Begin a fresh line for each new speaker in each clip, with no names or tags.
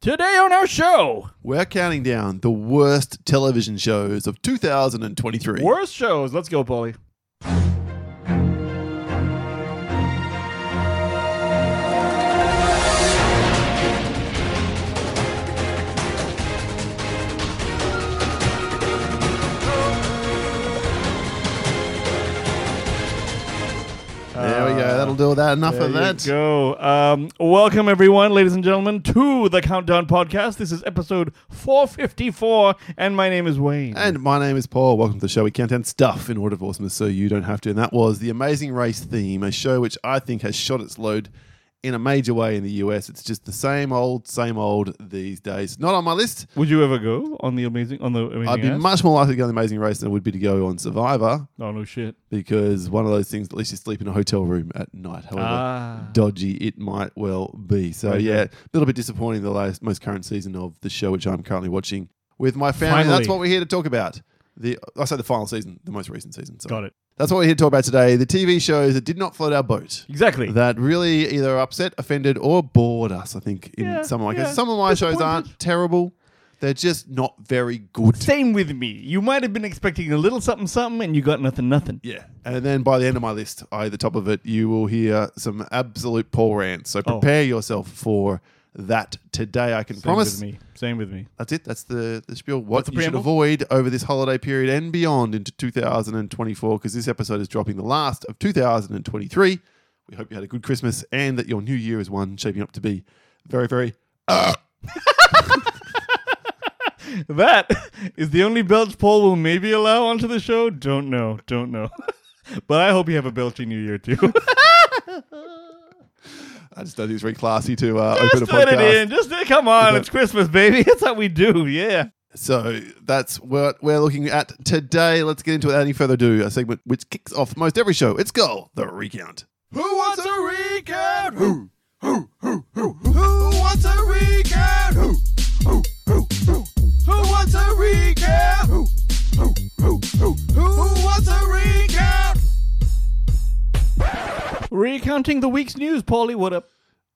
Today on our show,
We're counting down the worst television shows of 2023.
worst shows. Let's go, Polly.
There we go. That'll do that. Enough
There
of
you
that.
go. Um, welcome everyone, ladies and gentlemen, to the Countdown Podcast. This is episode 454, and my name is Wayne.
And my name is Paul. Welcome to the show. We count down stuff in order of awesomeness so you don't have to. And that was The Amazing Race Theme, a show which I think has shot its load in a major way in the US. It's just the same old, same old these days. Not on my list.
Would you ever go on the amazing on the amazing?
I'd be
Race?
much more likely to go on The Amazing Race than I would be to go on Survivor
oh no shit.
because one of those things, at least you sleep in a hotel room at night. However,
Ah.
dodgy it might well be. So
Okay.
yeah, a little bit disappointing the last, most current season of the show which I'm currently watching with my family.
Finally.
That's what we're here to talk about. The I say the final season, the most recent season. So
Got it.
that's what we're here to talk about today. The TV shows that did not float our boat.
Exactly.
That really either upset, offended, or bored us. I think in
Yeah,
some of my
yeah.
cases, some of my shows aren't terrible. They're just not very good.
Same with me. You might have been expecting a little something something, and you got nothing nothing.
Yeah. And then by the end of my list, I the top of it, you will hear some absolute Paul rants.
Oh.
So prepare yourself for that today. I can
Same
promise.
with me. Same with me.
That's it. That's the, the spiel. What
the
you should
preamble?
avoid over this holiday period and beyond into 2024, because this episode is dropping the last of 2023. We hope you had a good Christmas and that your new year is one shaping up to be very, very.
That is the only belch Paul will maybe allow onto the show. Don't know. Don't know. but I hope you have a belchy new year too.
I just don't think it's very classy to uh, open a
Just let
podcast.
it in. Just come on. It's Christmas, baby. That's what we do. Yeah.
So that's what we're looking at today. Let's get into it without any further ado. A segment which kicks off most every show. It's Girl, the Recount. Who wants a recount? Who? Who? Who? Who? Who wants a recount? Who? Who? Who? Who? Who wants a recount? Who? Who? Who? Who? Who wants a recount?
Recounting the week's news, Paulie. What up?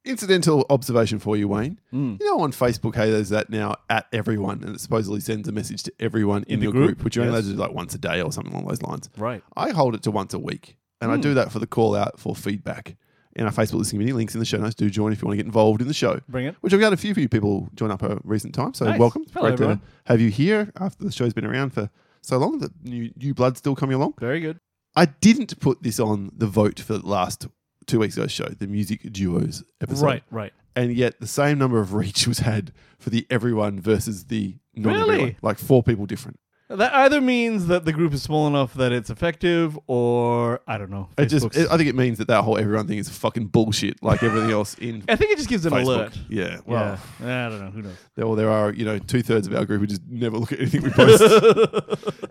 Incidental observation for you, Wayne.
Hmm.
You know, on Facebook, hey, there's that now at everyone, and it supposedly sends a message to everyone in,
the
your
group,
which you're only
yes.
allowed to do like once a day or something along those lines.
Right. Hmm.
I hold it to once a week, and I do that for the call out for feedback. In our Facebook listening community, links in the show notes. Do join if you want to get involved in the show.
Bring it.
Which I've got a few, few people join up over recent time, so
Nice.
welcome.
Hello,
Great to
everyone.
have you here after the show's been around for so long. The new, new blood's still coming along.
Very good.
I didn't put this on the vote for the last two weeks ago's show, the music duos episode.
Right. Right.
And yet the same number of reach was had for the everyone versus the non
Really?
Like four people different.
That either means that the group is small enough that it's effective, or I don't know.
It just,
Facebook's-
I think it means that that whole everyone thing is fucking bullshit, like everything else in
I think it just gives an
Facebook.
alert.
Yeah. Well,
yeah. I don't know. Who knows?
there, well, there are, you know, two thirds of our group who just never look at anything we post.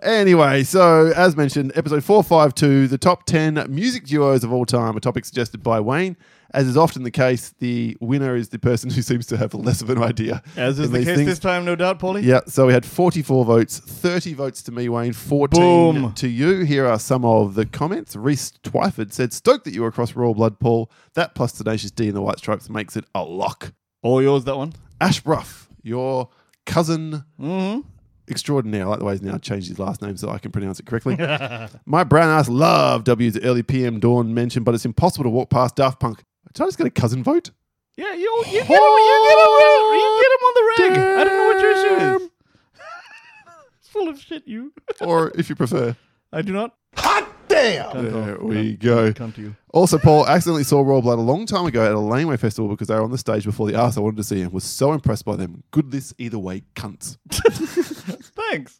anyway, so as mentioned, episode 452, the top 10 music duos of all time, a topic suggested by Wayne. As is often the case, the winner is the person who seems to have less of an idea.
As is
in
the
these
case
things.
this time, no doubt, Paulie.
Yeah, so we had 44 votes, 30 votes to me, Wayne, 14
Boom.
to you. Here are some of the comments. Reese Twyford said, Stoked that you were across Royal Blood, Paul. That plus Tenacious D and the White Stripes makes it a lock.
All yours, that one.
Ash Bruff, your cousin
Mm-hmm.
extraordinaire. I like the way he's now changed his last name so I can pronounce it correctly. My brown ass love W's early PM dawn mention, but it's impossible to walk past Daft Punk. Did I just get a cousin vote?
Yeah, you, you, get him, you, get him, you get him on the rag. I don't know what your issue
Damn.
is. Full of shit, you.
Or if you prefer,
I do not.
hot damn!
Can't
There
go.
we go.
Come to you.
Also, Paul accidentally saw Royal Blood a long time ago at a Laneway festival because they were on the stage before the arse. I wanted to see and was so impressed by them. Good list either way, cunts.
Thanks.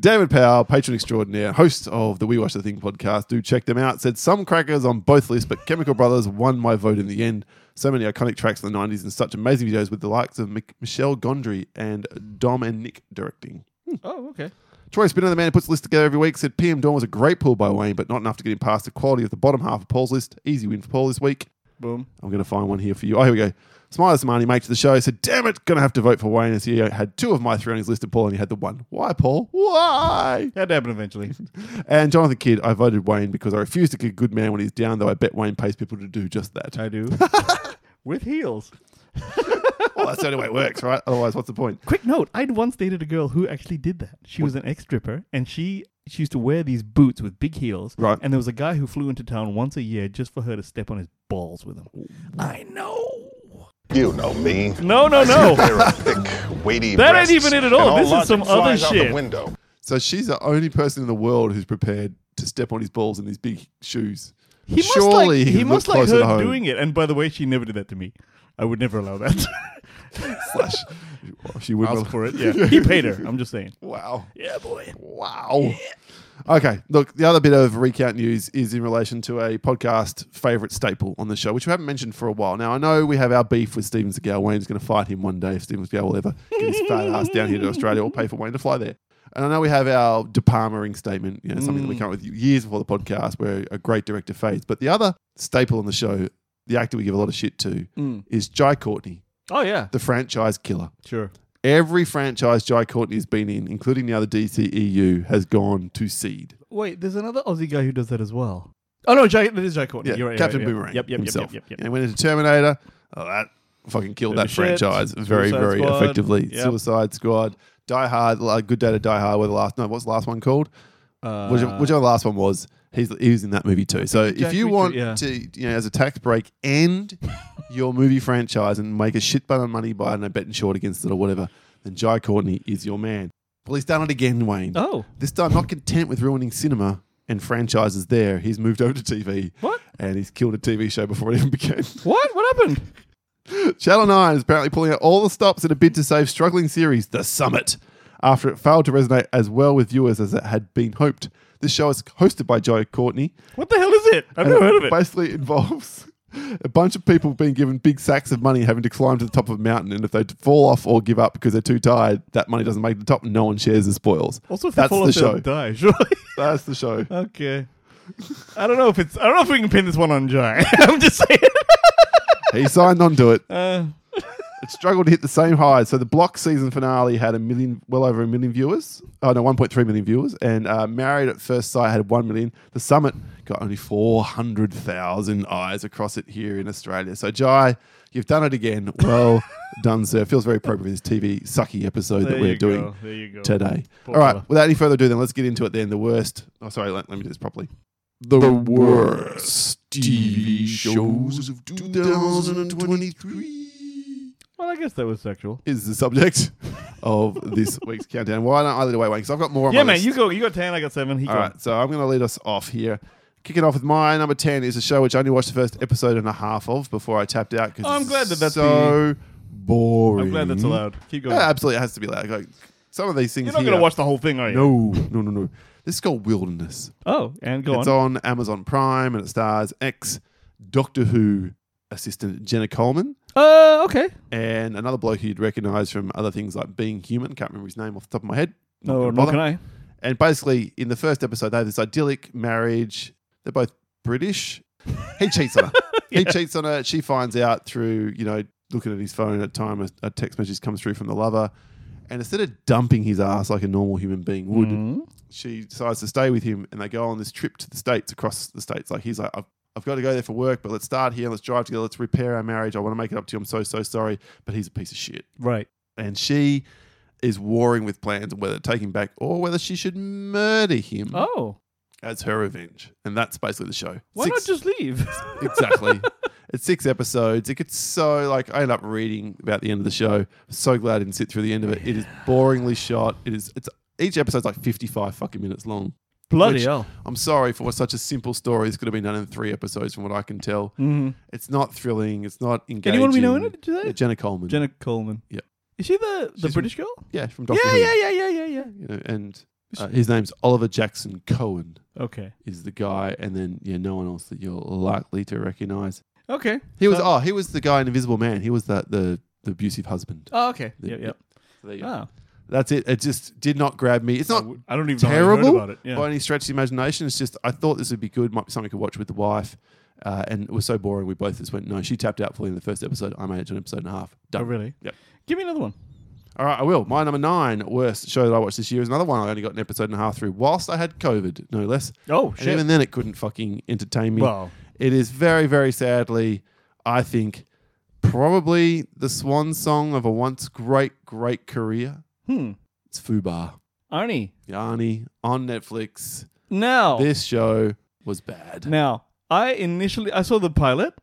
David Powell, patron extraordinaire, host of the We Watch the Thing podcast, do check them out. Said some crackers on both lists, but Chemical Brothers won my vote in the end. So many iconic tracks in the 90s and such amazing videos with the likes of Mic- Michelle Gondry and Dom and Nick directing.
Oh, okay.
Troy Spinner, the man who puts the list together every week, said PM Dawn was a great pull by Wayne, but not enough to get him past the quality of the bottom half of Paul's list. Easy win for Paul this week.
Boom.
I'm going to find one here for you. Oh, here we go. Smiley Samani makes the show. Said, damn it, going to have to vote for Wayne as he had two of my three on his list and Paul only had the one. Why, Paul? Why?
Had to happen eventually.
And Jonathan Kidd, I voted Wayne because I refuse to kick a good man when he's down, though I bet Wayne pays people to do just that.
I do. With heels.
well, that's the only way it works, right? Otherwise, what's the point?
Quick note: I'd once dated a girl who actually did that. She was an ex stripper, and she she used to wear these boots with big heels.
Right.
And there was a guy who flew into town once a year just for her to step on his balls with him. I know.
You know me.
No, no, no.
They're a thick, weighty
That ain't
breasts,
even it at all.
and
This is
logic
some other
flies out the
shit.
window.
So she's the only person in the world who's prepared to step on his balls in these big shoes.
he must
Surely
like he
he looked
must like
close at
her
home.
doing it. And by the way, she never did that to me. I would never allow that.
Slash, she would
Ask for it. Yeah. he paid her. I'm just saying.
Wow.
Yeah, boy.
Wow. Okay, look, the other bit of recount news is in relation to a podcast favorite staple on the show, which we haven't mentioned for a while. Now, I know we have our beef with Steven Seagal. Wayne's going to fight him one day if Steven Seagal will ever get his fat ass down here to Australia or pay for Wayne to fly there. And I know we have our De Palmering statement, you know, something that we came up with years before the podcast, where a great director fades. But the other staple on the show, the actor we give a lot of shit to,
Mm.
is Jai Courtney,
Oh yeah.
the franchise killer.
Sure.
Every franchise Jai Courtney has been in, including the other DCEU, has gone to seed.
Wait, there's another Aussie guy who does that as well. Oh no, Jack, this is Jack Courtney.
Yeah,
You're right,
Captain
you're right,
Boomerang
you're right. Yep, yep,
himself.
yep, yep, yep.
And went into Terminator. Oh, that fucking killed that
Did the shit.
franchise very,
Suicide
very
Squad.
effectively.
Yep.
Suicide Squad, Die Hard, like Good Day to Die Hard. Were the last? No, what's the last one called?
Uh,
Whichever, whichever the last one was, he's he was in that movie too. So if
Jack
you
Reacher,
want
yeah.
to, you know, as a tax break, end your movie franchise and make a shit ton of money by I don't know, betting short against it or whatever, then Jai Courtney is your man. Well, he's done it again, Wayne.
Oh.
This time, not content with ruining cinema and franchises there, he's moved over to TV.
What?
And he's killed a TV show before it even began.
What? What happened?
Channel 9 is apparently pulling out all the stops in a bid to save struggling series The Summit after it failed to resonate as well with viewers as it had been hoped. This show is hosted by Joe Courtney.
What the hell is it? I've
and
never heard of it.
Basically involves a bunch of people being given big sacks of money having to climb to the top of a mountain and if they fall off or give up because they're too tired, that money doesn't make the top and no one shares the spoils.
Also, if
That's
they fall
the
off, they'll
show.
die. Surely.
That's the show.
okay. I don't know if it's. I don't know if we can pin this one on Jai. I'm just saying.
he signed on to it.
Uh,
It struggled to hit the same highs. So the Block season finale had a million, well over a million viewers. Oh no, one point three million viewers. And uh, Married at First Sight had one million. The Summit got only four hundred thousand eyes across it here in Australia. So Jai, you've done it again. Well done, sir. Feels very appropriate with this TV sucky episode
there
that we're
you go.
doing
There you go.
today.
Poor
All right,
fella.
without any further ado, then let's get into it. Then the worst. Oh, sorry, let, let me do this properly. The, worst TV shows of 2023
Well, I guess that was sexual.
is the subject of this week's countdown. Why don't I lead away, Wayne? Because I've got more on
Yeah,
my
man.
list.
You go. You got ten. I got seven. He
All
got.
right, so I'm going to lead us off here. Kicking off with my number 10 is a show which I only watched the first episode and a half of before I tapped out because
Oh, I'm glad that that's
so boring.
I'm glad that's allowed. Keep going.
Yeah, absolutely, it has to be allowed. Like, some of these things
You're not
here-
gonna watch the whole thing, are you?
No, no, no, no. This is called Wilderness.
Oh, and go
it's
on.
on Amazon Prime and it stars ex Doctor Who assistant Jenna Coleman
Uh, okay.
and another bloke who you'd recognize from other things like Being Human. Can't remember his name off the top of my head. Not
No, nor
gonna bother.
can I.
And basically, in the first episode, they have this idyllic marriage. They're both British. He cheats on her. He cheats on her. She finds out through, you know, looking at his phone at time, a, a text message comes through from the lover. And instead of dumping his ass like a normal human being would,
Mm-hmm.
she decides to stay with him and they go on this trip to the states across the states like he's like I've, I've got to go there for work but let's start here let's drive together let's repair our marriage i want to make it up to you i'm so so sorry but he's a piece of shit
Right.
and she is warring with plans on whether to take him back or whether she should murder him
Oh,
as her revenge and that's basically the show
why
Six-
not just leave?
exactly. It's six episodes. It gets so like I end up reading about the end of the show. So glad I didn't sit through the end of it. It is boringly shot. It is. It's each episode's like fifty five fucking minutes long.
Bloody
Which,
hell.
I'm sorry for what such a simple story. This could have been done in three episodes, from what I can tell.
Mhm.
It's not thrilling. It's not engaging.
Anyone we know in it? Did you say?
Yeah, Jenna Coleman.
Jenna Coleman.
Yeah.
Is she the the
She's-
British girl?
Yeah, from Doctor Who.
yeah, yeah, yeah, yeah, yeah,
You know, and uh, his name's Oliver Jackson Cohen
yeah. Okay.
is the guy, and then yeah, no one else that you're likely to recognize.
Okay.
He was
So-
oh, he was the guy in Invisible Man. He was the the, the abusive husband.
Oh, okay. Yeah,
Yeah.
yeah.
So there you go.
Ah,
That's it. It just did not grab me. It's
I
not
w- I don't even know how
terrible
you heard about it. Yeah.
by any stretch of the imagination. It's just I thought this would be good. Might be something I could watch with the wife. Uh, and it was so boring. We both just went no. She tapped out fully in the first episode. I made it to an episode and a half. Done.
Oh, really?
Yep.
Give me another one.
All right, I will. My number nine worst show that I watched this year is another one I only got an episode and a half through whilst I had COVID, no less.
Oh,
And even
shit.
then, it couldn't fucking entertain me.
Well,
It is very, very sadly, I think, probably the swan song of a once great, great career.
Hmm.
It's Fubar.
Arnie.
Yanni on Netflix.
Now.
This show was bad.
Now, I initially I saw the pilot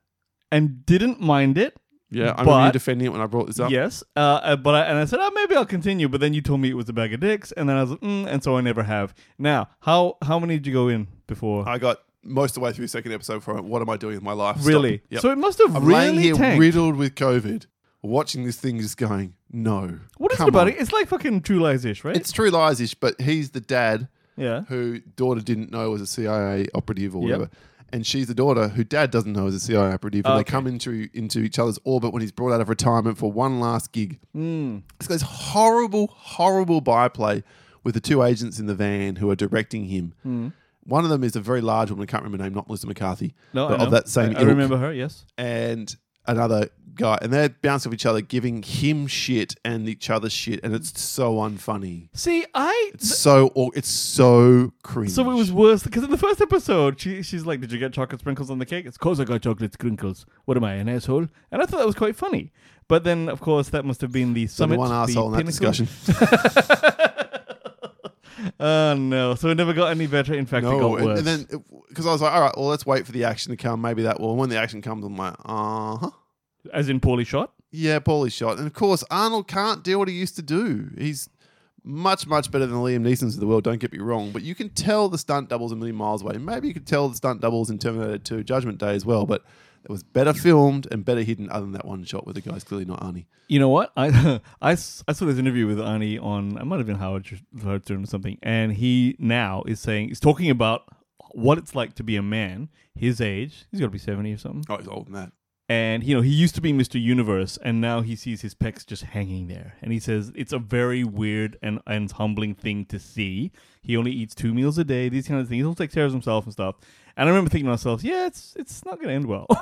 and didn't mind it.
yeah, I'm
but-
really defending it when I brought this up.
Yes, uh, uh, but I, and I said, oh, maybe I'll continue. But then you told me it was a bag of dicks, and then I was, like, mm, and so I never have. Now, how how many did you go in before?
I got most of the way through the second episode from it. What am I doing with my life? Stop.
really?
Yep.
So it must have
I'm laying
really
here
tanked.
riddled with COVID, watching this thing just going, no.
what is
come
it about
on.
it? It's like fucking True Lies ish, right?
It's true lies ish, but he's the dad
yeah.
who daughter didn't know was a CIA operative or
Yep.
whatever. And she's the daughter who dad doesn't know is a CIA operative. And they
Okay.
come into into each other's orbit when he's brought out of retirement for one last gig.
Mm.
It's got this horrible, horrible byplay with the two agents in the van who are directing him.
Hmm.
One of them is a very large woman, I can't remember her name, not Melissa McCarthy,
No, I
but
know.
of that same
I, I
ilk
remember her. Yes.
and another guy, and they bounce off each other, giving him shit and each other shit, and it's so unfunny.
See, I.
It's so aw- it's so cringe.
so it was worse because in the first episode, she, she's like, "Did you get chocolate sprinkles on the cake?" It's cause I got chocolate sprinkles. What am I, an asshole? And I thought that was quite funny. But then, of course, that must have been the
Only
summit.
one
the
asshole in that
pinnacle.
discussion.
Oh no! So it never got any better. In fact, it
No,
got
and,
worse.
and then because I was like, all right, well, let's wait for the action to come. Maybe that will. And when the action comes, I'm like, uh huh.
As in poorly shot.
Yeah, Paulie's shot. And of course, Arnold can't do what he used to do. He's much, much better than Liam Neeson's of the world, don't get me wrong. But you can tell the stunt doubles a million miles away. Maybe you could tell the stunt doubles in Terminator 2 Judgment Day as well, but it was better filmed and better hidden other than that one shot where the guy's clearly not Arnie.
You know what? I, I, s- I saw this interview with Arnie on. I might have been Howard Sh- Howard Stern or something. And he now is saying he's talking about what it's like to be a man his age. He's got to be seventy or something.
Oh, he's old than that.
And you know he used to be Mr. Universe, and now he sees his pecs just hanging there. And he says it's a very weird and, and humbling thing to see. He only eats two meals a day. These kind of things. He takes care of himself and stuff. And I remember thinking to myself, yeah, it's it's not going to end well.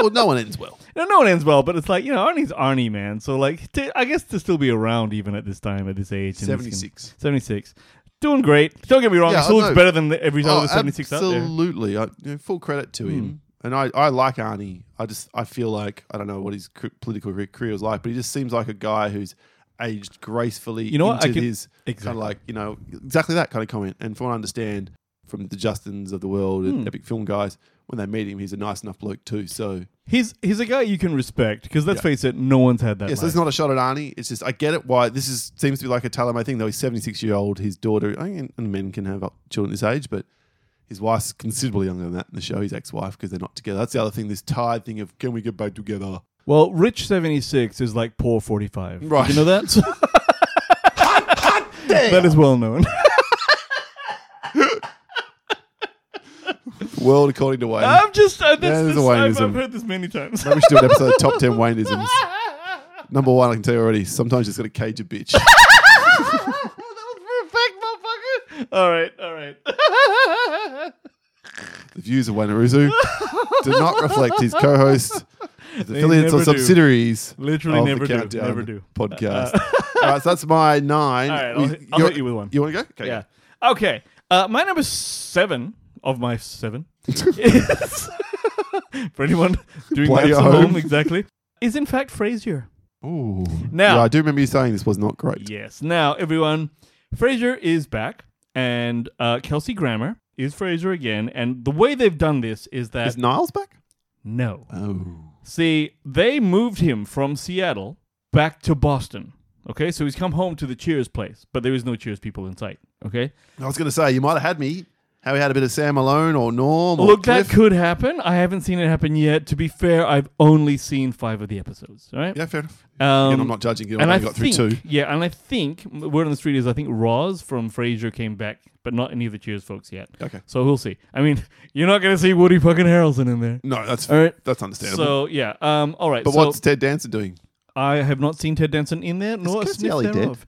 Well, no one ends well.
No, no one ends well, but it's like you know Arnie's Arnie, man. So like, to, I guess to still be around even at this time, at this age,
Seventy six.
seventy six, doing great. Don't get me wrong,
Yeah, Oh,
it still
I
looks
know.
better than the, every other seventy six out there. Hmm.
absolutely. I, you know, full credit to him. And I, I like Arnie. I just I feel like I don't know what his cr- political re- career was like, but he just seems like a guy who's aged gracefully
You know what?
into
I can-
his kind
Exactly.
of like you know exactly that kind of comment. And from what I understand from the Justins of the world
Hmm.
and epic film guys, when they meet him, he's a nice enough bloke too. So
He's he's a guy you can respect because let's face it, no one's had that.
yeah, so it's
life.
not a shot at Arnie. It's just I get it why this is seems to be like a Talame thing though. He's seventy six year old. His daughter I mean, and men can have children this age, but his wife's considerably younger than that in the show. His ex wife because they're not together. That's the other thing. This tired thing of can we get back together?
well, rich seventy six is like poor forty five.
Right.
you know that. that is well known.
World according to Wayne.
I'm just uh, that's,
Yeah,
this,
there's
I've,
a
I've
Wayneism.
heard this many times.
Maybe we should do an episode of top ten Wayneisms. Number one, I can tell you already. Sometimes you just got to cage a bitch.
all right, all right.
the views of Wayne Aruzu do not reflect his co-host, his affiliates or
never do.
subsidiaries.
Literally
of the
never do.
Countdown
Never do.
Podcast. All right, so that's my nine.
All right, I'll hit- I'll
you're-
hit you with one.
You want to go? Okay.
Yeah. Okay. Uh, my number seven of my seven is for anyone doing
Play
maths
at
at home.
home.
exactly is in fact Frasier.
Ooh.
Now-
yeah, I do remember you saying this was not great.
Yes. Now everyone, Frasier is back, and uh, Kelsey Grammer is Frasier again. And the way they've done this is that
Is Niles back?
no,
Oh.
See, they moved him from Seattle back to Boston. Okay, so he's come home to the Cheers place, but there is no Cheers people in sight. Okay,
I was going to say you might have had me. How we had a bit of Sam Malone or Norm or
look,
Cliff.
that could happen. I haven't seen it happen yet. To be fair, I've only seen five of the episodes. All right,
yeah, fair enough.
um,
Again, I'm not judging you. I
and I
only got
think,
through two.
yeah, and I think word on the street is I think Roz from Frasier came back, but not any of the Cheers folks yet.
Okay.
so we'll see. I mean, you're not gonna see Woody fucking Harrelson in there.
No, that's
All right.
that's understandable.
So yeah, um, all right.
but
so,
what's Ted Dancer doing?
I have not seen Ted Danson in there, nor a
Kirstie
sniff
Alley dead?
thereof.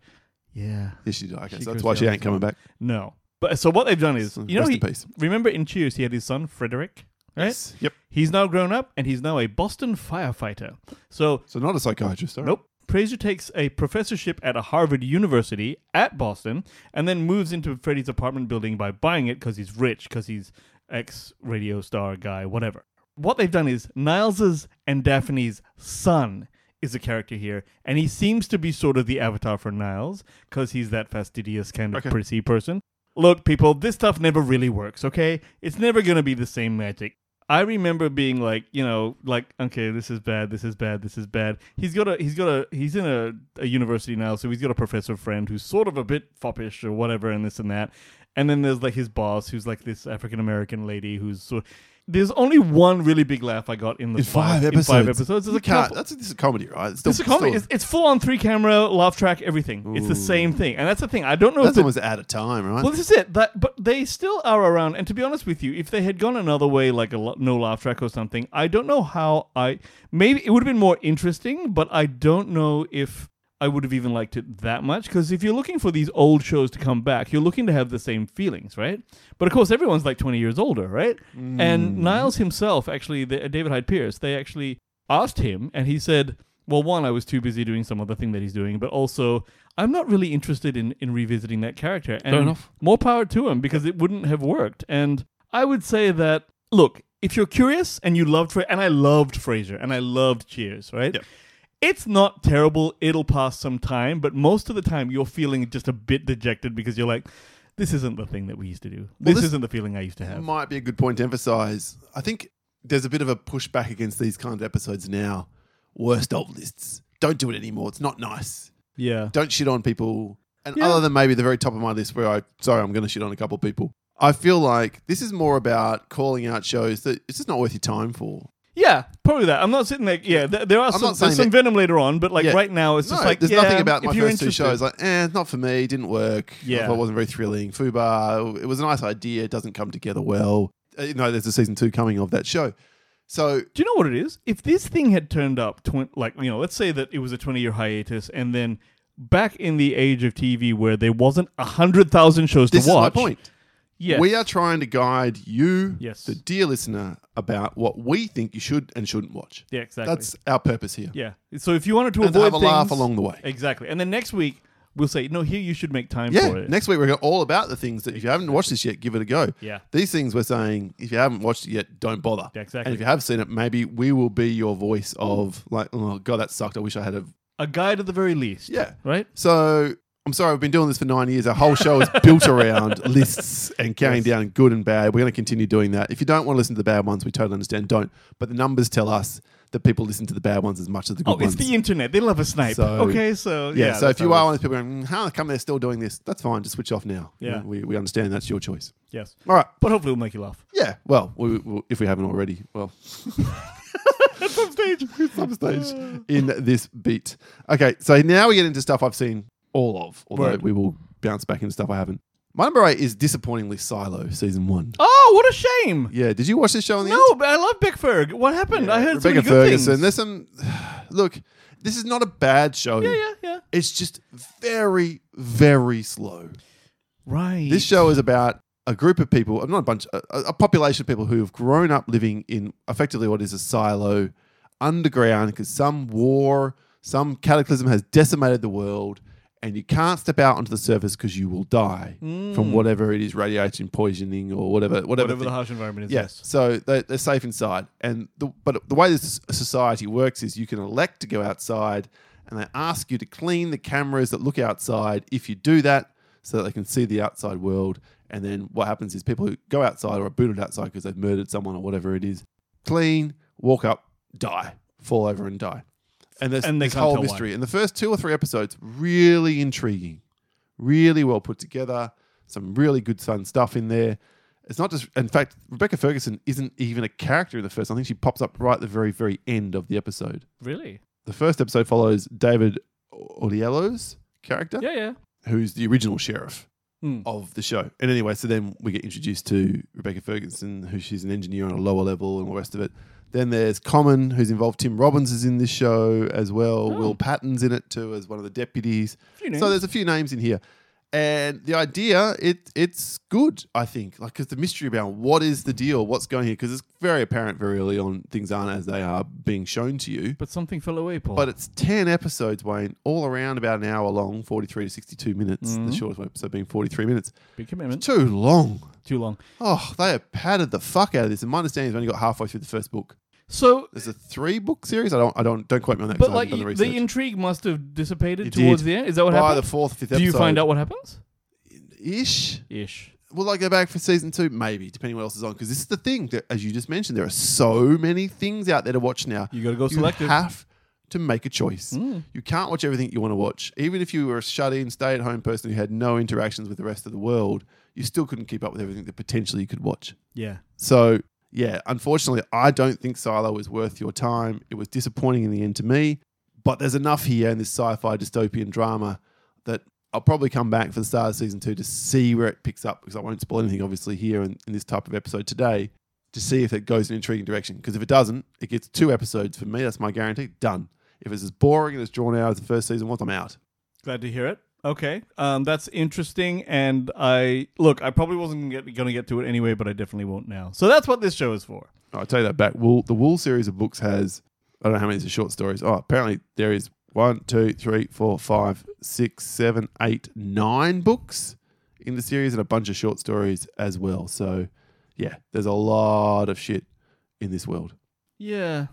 Yeah.
Yes, she did. Okay,
She
so
goes
that's why she
down
ain't
as well.
coming back.
No. But so what they've done is,
So
you know,
rest
he,
in peace.
remember in Cheers he had his son Frederick, right?
Yes. Yep.
He's now grown up and he's now a Boston firefighter. So
So not a psychiatrist. all right.
nope. Fraser takes a professorship at a Harvard University at Boston, and then moves into Freddie's apartment building by buying it because he's rich, because he's ex radio star guy, whatever. what they've done is Niles's and Daphne's son is a character here, and he seems to be sort of the avatar for Niles because he's that fastidious kind of
Okay.
prissy person. Look, people, this stuff never really works, okay? It's never going to be the same magic. I remember being like, you know, like, okay, this is bad, this is bad, this is bad. He's got a, he's got a, he's in a, a university now, so he's got a professor friend who's sort of a bit foppish or whatever, and this and that. And then there's like his boss, who's like this African American lady who's sort. There's only one really big laugh I got in the
In five
in
episodes.
five episodes. There's
You
a
can't-
couple-
That's this is comedy, right? It's, still,
it's a comedy.
still-
It's, it's full on three camera, laugh track, everything. It's the same thing, and that's the thing. I don't know. if
that's
the-
almost out of time, right?
well, this is it. That, but they still are around. And to be honest with you, if they had gone another way, like a lo- no laugh track or something, I don't know how I. Maybe it would have been more interesting, but I don't know if I would have even liked it that much. Because if you're looking for these old shows to come back, you're looking to have the same feelings, right? But of course, everyone's like 20 years older, right? And Niles himself, actually, the, uh, David Hyde Pierce, they actually asked him, and he said, well, one, I was too busy doing some other thing that he's doing, but also I'm not really interested in, in revisiting that character. And
enough.
More power to him because it wouldn't have worked. And I would say that look, if you're curious and you loved Fra- and I loved Frasier and I loved Cheers, right? It's not terrible. It'll pass some time, but most of the time you're feeling just a bit dejected because you're like, this isn't the thing that we used to do. This,
this-
isn't the feeling I used to have.
might be a good point to emphasize. I think there's a bit of a pushback against these kind of episodes now. Worst of lists. Don't do it anymore. It's not nice.
yeah.
Don't shit on people. And
Yeah.
other than maybe the very top of my list where I, sorry, I'm going to shit on a couple people. I feel like this is more about calling out shows that it's just not worth your time for.
Yeah, probably that. I'm not sitting there. Yeah, there, there are some,
not saying
there's some
that-
venom later on, but like
Yeah.
right now, it's just
No,
like
there's
yeah,
nothing about my
if you're
first two
interested-
shows. Like, eh, it's not for me. Didn't work.
Yeah.
it wasn't very thrilling. Fubar. It was a nice idea. It doesn't come together well. Uh, You know, there's a season two coming of that show. So
Do you know what it is? If this thing had turned up, twen- like you know, let's say that it was a 20 year hiatus, and then back in the age of TV where there wasn't a hundred thousand shows
this
to
is my
watch,
point.
Yes.
We are trying to guide you,
Yes.
the dear listener, about what we think you should and shouldn't watch.
Yeah, exactly.
That's our purpose here.
yeah. So if you wanted to
And to
avoid
have a laugh
things-
along the way.
exactly, and then next week we'll say, no, here you should make time
Yeah,
for it.
next week we're all about the things that if you haven't watched this yet, give it a go.
Yeah.
These things we're saying, if you haven't watched it yet, don't bother.
Yeah, exactly.
And if you have seen it, maybe we will be your voice of like, oh god, that sucked. I wish I had a
a guide at the very least.
Yeah.
Right.
So I'm sorry, we've been doing this for nine years. Our whole show is built around lists and counting down good and bad. We're going to continue doing that. If you don't want to listen to the bad ones, we totally understand. Don't. But the numbers tell us that people listen to the bad ones as much as the good
Oh,
ones.
it's the internet. They love a snipe.
So-
okay, so
yeah,
yeah.
so
that's
if you
how it
are
is.
one of those people going, "Mm, how come they're still doing this? That's fine. Just switch off now. You
Yeah.
know, we, we understand that's your choice.
yes,
All right.
but hopefully we'll make you laugh.
Yeah. Well, we, we, if we haven't already, well,
Stage.
some stage
Mm.
in this beat. Okay, so now we get into stuff I've seen all of, although
Word.
we will bounce back into stuff I haven't. My number eight is disappointingly Silo season one.
Oh, what a shame!
Yeah, did you watch this show in the
No, but I love Beckferg. What happened? I heard
end?
so many
Rebecca
good
Ferguson.
things.
There's some. Look, this is not a bad show.
yeah, yeah, yeah.
It's just very, very slow.
Right.
This show is about a group of people, not a bunch, a, a population of people who have grown up living in effectively what is a silo underground because some war, some cataclysm has decimated the world, and you can't step out onto the surface because you will die from whatever it is radiation poisoning or whatever, whatever,
whatever the
thing.
harsh environment is.
Yes. So they, they're safe inside. And the, but the way this society works is you can elect to go outside and they ask you to clean the cameras that look outside if you do that so that they can see the outside world. And then what happens is people who go outside or are booted outside because they've murdered someone or whatever it is, clean, walk up, die, fall over and die. And there's
And they
this
can't
whole
tell why.
mystery. And the first two or three episodes, really intriguing really well put together. Some really good fun stuff in there. It's not just, in fact, Rebecca Ferguson isn't even a character in the first. I think she pops up right at the very, very end of the episode.
Really?
The first episode follows David Odiello's character,
Yeah, yeah.
who's the original sheriff
Hmm.
of the show. And anyway, so then we get introduced to Rebecca Ferguson, who she's an engineer on a lower level and all the rest of it. Then there's Common, who's involved. Tim Robbins is in this show as well. Will Patton's in it too, as one of the deputies.
Oh. Few names.
So there's a few names in here. and the idea it it's good i think like because the mystery about what is the deal what's going here because it's very apparent very early on things aren't as they are being shown to you
But something fell away, Paul.
but it's 10 episodes wayne all around about an hour long 43 to 62 minutes
Mm.
the shortest episode being 43 minutes
big commitment.
too long
Too long.
oh they have padded the fuck out of this and my understanding is we only got halfway through the first book
So,
there's a three book series i don't i don't don't quote me on that
but
'cause I
like
haven't done
the,
the research.
intrigue must have dissipated
It
towards
did.
the end. Is that what
by
happened?
the fourth fifth episode
Do you find out what happens?
ish
Ish.
Will I go back for season two? Maybe, depending what else is on. Because this is the thing that, as you just mentioned, there are so many things out there to watch now.
You gotta go selective.
You have to make a
Mm.
choice.
Hmm.
You can't watch everything you want to watch. Even if you were a shut-in, stay-at-home person who had no interactions with the rest of the world, you still couldn't keep up with everything that potentially you could watch.
Yeah.
So, yeah, unfortunately, I don't think Silo is worth your time. It was disappointing in the end to me, but there's enough here in this sci fi dystopian drama that I'll probably come back for the start of season two to see where it picks up because I won't spoil anything, obviously, here in, in this type of episode today to see if it goes in an intriguing direction. Because if it doesn't, it gets two episodes for me. That's my guarantee. Done. If it's as boring and as drawn out as the first season was, I'm out.
Glad to hear it. Okay, um, that's interesting. And I look, I probably wasn't gonna get, gonna get to it anyway, but I definitely won't now. So that's what this show is for.
I'll tell you that back. Wool, the Wool series of books has, I don't know how many of the short stories. Oh, apparently there is one, two, three, four, five, six, seven, eight, nine books in the series and a bunch of short stories as well. So, yeah, there's a lot of shit in this world.
Yeah.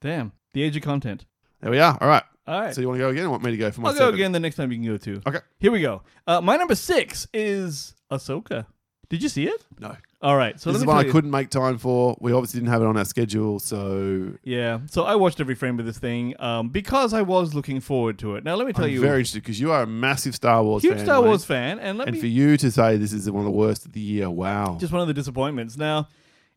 Damn. The age of content.
There we are. All right.
All right.
So, you want to go again or want me to go for my
I'll go
seven?
again the next time you can go too.
Okay.
Here we go. Uh, my number six is Ahsoka. Did you see it?
No.
All right. So
this
let
is
me
one I
tell you-
couldn't make time for. We obviously didn't have it on our schedule. So,
Yeah. So I watched every frame of this thing um, because I was looking forward to it. Now let me tell
I'm
you,
very interested because you are a massive Star Wars
huge
fan.
Star
Wayne.
Wars fan, and let
And
me
for you to say this is one of the worst of the year, wow.
just one of the disappointments. Now,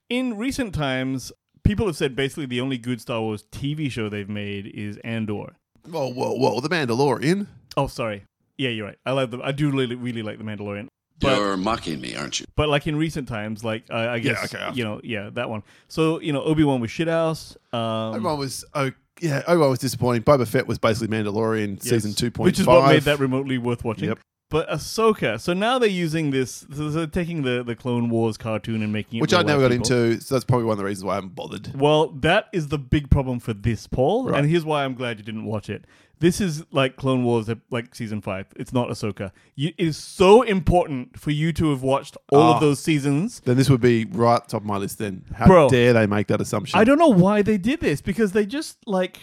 in recent times, people have said basically the only good Star Wars TV show they've made is Andor.
Whoa, whoa, whoa! The Mandalorian.
Oh, sorry. Yeah, you're right. I like the. I do really, really like the Mandalorian. But
You're mocking me, aren't you?
but like in recent times, like I I guess
okay, I've-
you know, yeah, that one. So you know, Obi Wan was shithouse. Um,
Obi Wan was oh yeah, Obi Wan was disappointing. Boba Fett was basically Mandalorian
yes,
season two point
which
five,
is what made that remotely worth watching.
Yep.
But Ahsoka. So now they're using this. So they're taking the the Clone Wars cartoon and making it.
which I
real-life
never got
people.
into. So that's probably one of the reasons why I haven't bothered.
Well, that is the big problem for this, Paul.
Right.
And here's why I'm glad you didn't watch it. This is like Clone Wars, uh, like season five. It's not Ahsoka. You, it is so important for you to have watched all
Ah.
of those seasons.
Then this would be right top of my list. Then how
Bro.
dare they make that assumption?
I don't know why they did this because they just like,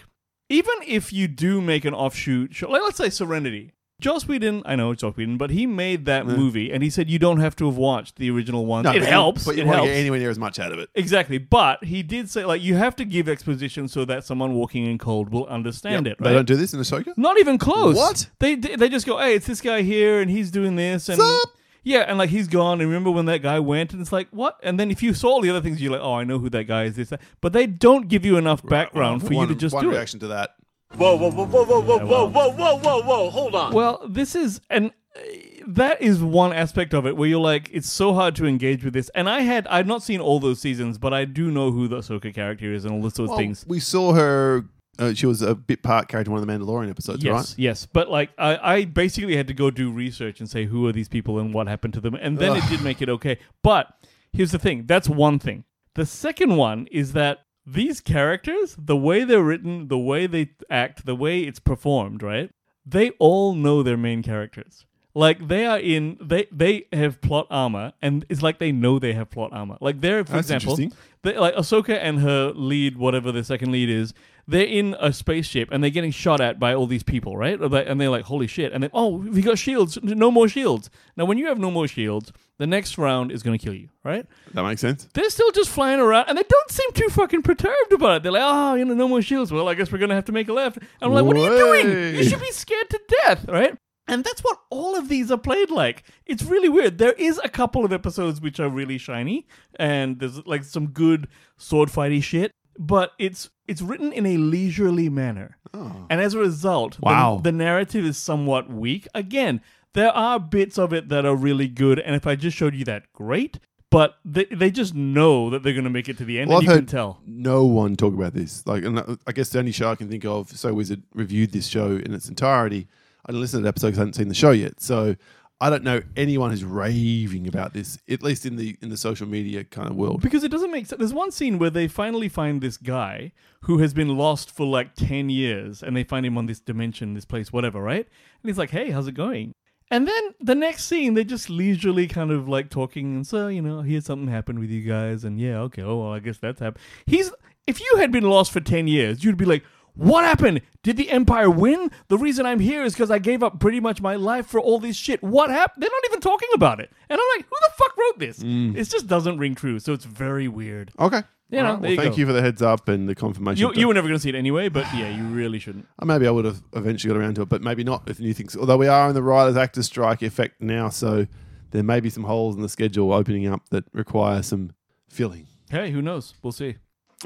even if you do make an offshoot show, like let's say Serenity. Joss Whedon, I know it's Joss Whedon, but he made that movie and he said you don't have to have watched the original ones.
No,
it
but you-
helps.
but you
it
won't
helps.
get anywhere near as much out of it.
Exactly, but he did say like you have to give exposition so that someone walking in cold will understand it. Right?
They don't do this in Ahsoka.
Not even close.
What?
They they just go, hey, it's this guy here, and he's doing this, and
Sup?
yeah, and like he's gone. And remember when that guy went, and it's like what? And then if you saw all the other things, you're like, oh, I know who that guy is. This, that. but they don't give you enough background for
one,
you to just
one
do
reaction to that.
Whoa, whoa, whoa, whoa, whoa, whoa, whoa, whoa, whoa, whoa, whoa, hold on.
it. Well, this is and uh, that is one aspect of it where you're like, it's so hard to engage with this. And I had I'd not seen all those seasons, but I do know who the Ahsoka character is and all those sorts of
Well,
things.
we saw her. Uh, she was a bit part character in one of the Mandalorian episodes,
Yes,
right?
yes, but like I, I basically had to go do research and say who are these people and what happened to them, and then it did make it okay. But here's the thing: that's one thing. The second one is that these characters, the way they're written, the way they act, the way it's performed, right? They all know their main characters. Like they are in, they they have plot armor, and it's like they know they have plot armor. Like they're, for
That's
example,
interesting.
they, like Ahsoka and her lead, whatever the second lead is, they're in a spaceship and they're getting shot at by all these people, right? Or they- And they're like, "Holy shit!" And then, "Oh, we got shields. No more shields." Now, when you have no more shields, the next round is going to kill you, right?
That makes sense.
They're still just flying around and they don't seem too fucking perturbed about it. They're like, "Oh, you know, no more shields. Well, I guess we're going to have to make a left." And I'm like, "What are you doing? You
Way.
should be scared to death, right?" And that's what all of these are played like. It's really weird. There is a couple of episodes which are really shiny, and there's like some good sword fighty shit, but it's it's written in a leisurely manner. And as a result, the-
Oh. Wow.
the, narrative is somewhat weak. Again, there are bits of it that are really good, and if I just showed you that, great. But they, they just know that they're going to make it to the end,
Well,
and
I've
you
heard
can tell.
no one talk about this. Like, and uh, I- I guess the only show I can think of, So Wizard reviewed this show in its entirety. I didn't listen to that episode because I hadn't seen the show yet. So I don't know anyone who's raving about this, at least in the in the social media kind of world.
Because it doesn't make sense. There's one scene where they finally find this guy who has been lost for like 10 years and they find him on this dimension, this place, whatever, right? And he's like, hey, how's it going? And then the next scene, they're just leisurely kind of like talking. And so, you know, here's something happened with you guys. And yeah, okay, oh, well, I guess that's happened. He's, if you had been lost for 10 years, you'd be like, what happened? Did the Empire win? The reason I'm here is because I gave up pretty much my life for all this shit. What happened? They're not even talking about it. And I'm like, who the fuck wrote this?
Mm.
It just doesn't ring true. So it's very weird.
Okay.
Yeah, no,
All right.
there
Well,
you
thank
go.
you for the heads up and the confirmation.
You, you were never going to see it anyway, but yeah, you really shouldn't.
Uh, Maybe I would have eventually got around to it, but maybe not if new things. Although we are in the writers' actors' strike effect now, so there may be some holes in the schedule opening up that require some filling.
Hey, who knows? We'll see.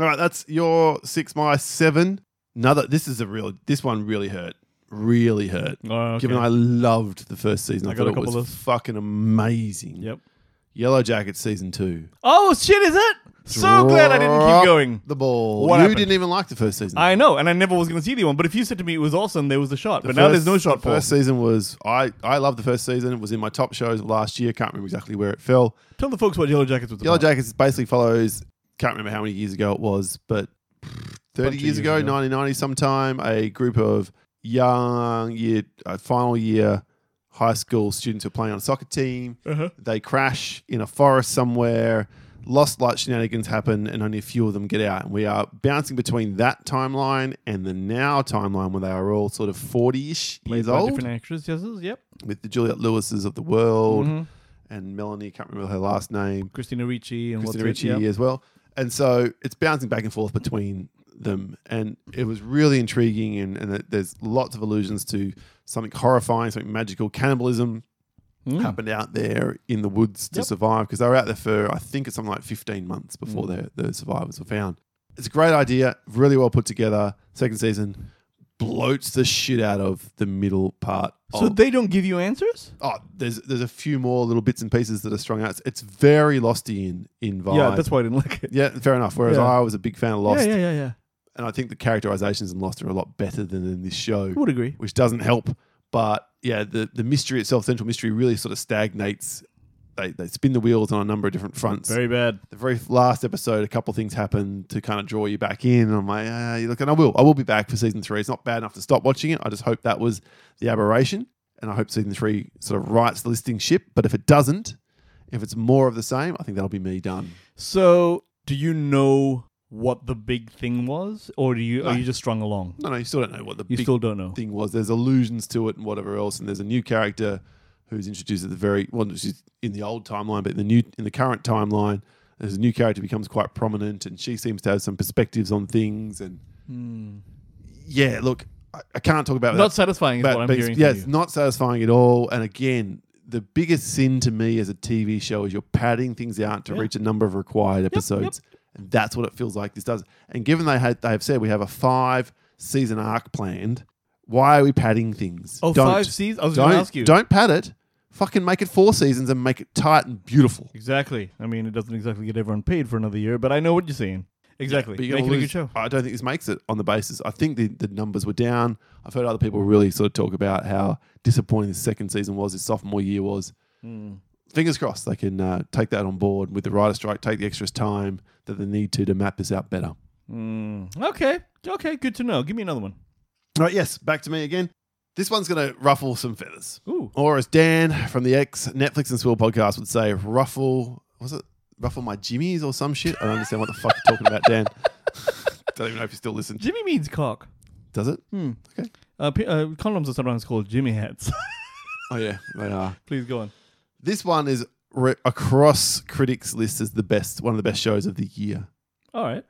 All right, that's your six. My seven. Another. This is a real. This one really hurt. Really hurt.
Oh, okay.
Given I loved the first season, I,
I got
thought
a
it was
couple of-
fucking amazing.
Yep.
Yellow Jacket season two.
Oh, shit, is it? So glad I didn't
Drop
keep going.
The ball.
What
you
happened?
didn't even like the first season.
I know, and I never was going to see the one, but if you said to me it was awesome, there was a shot.
The
but now
first-
there's no shot,
The
Paul.
first season was I. I loved the first season. It was in my top shows of last year. Can't remember exactly where it fell.
Tell the folks what Yellow Jackets was
Yellow
about.
Jackets basically follows. Can't remember how many years ago it was, but
Bunch of
thirty years
years
ago,
ago.
1990 sometime, a group of young year, uh, final year high school students who are playing on a soccer team.
Uh-huh.
They crash in a forest somewhere. Lost light shenanigans happen, and only a few of them get out. And we are bouncing between that timeline and the now timeline, where they are all sort of forty-ish
Played
years
by
old,
Different actors, yes, Mm-hmm. yes, yep.
with the Juliet Lewises of the world and Melanie. Can't remember her last name.
Christina Ricci and
Christina
what's
Ricci
it, yep.
as well. And so it's bouncing back and forth between them. And it was really intriguing. And, and it- there's lots of allusions to something horrifying, something magical. Cannibalism
Hmm?
happened out there in the woods to
Yep.
survive because they were out there for, I think it's something like 15 months before
Hmm.
the, the survivors were found. It's a great idea, really well put together. Second season bloats the shit out of the middle part.
So
of
they don't give you answers?
Oh, there's there's a few more little bits and pieces that are strung out. It's, it's very losty in in vibe.
Yeah, that's why I didn't like it.
Yeah, fair enough. Whereas
Yeah.
I was a big fan of Lost,
Yeah, yeah, yeah, yeah.
and I think the characterizations in Lost are a lot better than in this show,
I would agree.
which doesn't help. But yeah, the the mystery itself, central mystery, really sort of stagnates. They they spin the wheels on a number of different fronts.
Very bad.
the very last episode, a couple things happen to kind of draw you back in. And I'm like, ah, you look, and I will, I will be back for season three. It's not bad enough to stop watching it. I just hope that was the aberration, and I hope season three sort of rights the listing ship. But if it doesn't, if it's more of the same, I think that'll be me done.
So, do you know what the big thing was, or do you
No.
are you just strung along?
No, no, you still don't know what the
You
big
still don't know.
thing was. There's allusions to it and whatever else, and there's a new character who's introduced at the very well, she's in the old timeline, but in the new in the current timeline, there's a new character becomes quite prominent, and she seems to have some perspectives on things. And yeah, look, I, I can't talk about
Not
that.
satisfying is
but-
what I'm
but
hearing.
it's, yeah,
from you.
it's not satisfying at all. And again. The biggest sin to me as a TV show is you're padding things out to
Yeah.
reach a number of required episodes, and that's what it feels like this does. And given they had they have said we have a five season arc planned, why are we padding things?
Oh,
Don't.
five seasons? I was
don't
going to ask you.
don't pad it. Fucking make it four seasons and make it tight and beautiful.
Exactly. I mean, it doesn't exactly get everyone paid for another year, but I know what you're saying. Exactly.
But you're
Make
gonna
it a good
lose-
show.
I don't think this makes it on the basis. I think the, the numbers were down. I've heard other people really sort of talk about how disappointing the second season was, his sophomore year was.
Hmm.
Fingers crossed they can uh, take that on board with the writer strike, take the extra time that they need to to map this out better.
Hmm. Okay. Okay. Good to know. Give me another one.
All right, yes, back to me again. This one's going to ruffle some feathers.
Ooh.
Or as Dan from the ex Netflix and Swill podcast would say, ruffle, was it ruffle my jimmies or some shit? I don't understand what the fuck you're talking about, Dan. don't even know if you still listen.
Jimmy means cock.
Does it? Okay.
Uh, p- uh, condoms are sometimes called Jimmy hats.
Oh, yeah, they are.
Please go on.
This one is re- across critics' list as the best, one of the best shows of the year.
All right.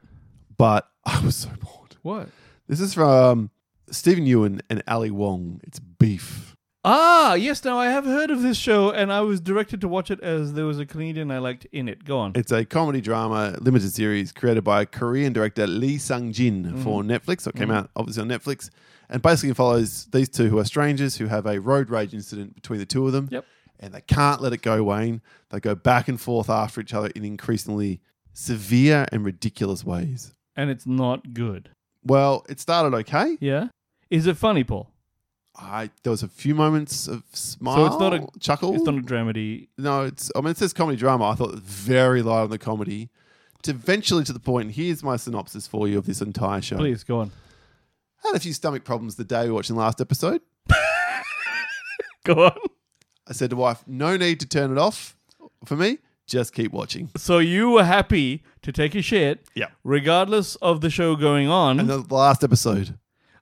But I was so bored.
What?
This is from Stephen Ewan and Ali Wong. It's Beef.
Ah, yes. Now I have heard of this show, and I was directed to watch it as there was a comedian I liked in it. Go on.
It's a comedy drama limited series created by Korean director Lee Sung Jin for Netflix. So it came out obviously on Netflix, and basically follows these two who are strangers who have a road rage incident between the two of them.
Yep.
And they can't let it go, Wayne. They go back and forth after each other in increasingly severe and ridiculous ways.
and it's not good.
Well, it started okay.
Yeah. Is it funny, Paul?
I there was a few moments of smile.
So it's not a
chuckle.
It's not a dramedy.
no, it's. I mean, it says comedy drama. I thought very light on the comedy. To eventually to the point. Here's my synopsis for you of this entire show.
Please go on.
Had a few stomach problems the day we were watching the last episode.
Go on.
I said to wife, "No need to turn it off for me. Just keep watching."
So you were happy to take a shit,
Yeah.
regardless of the show going on.
And the last episode.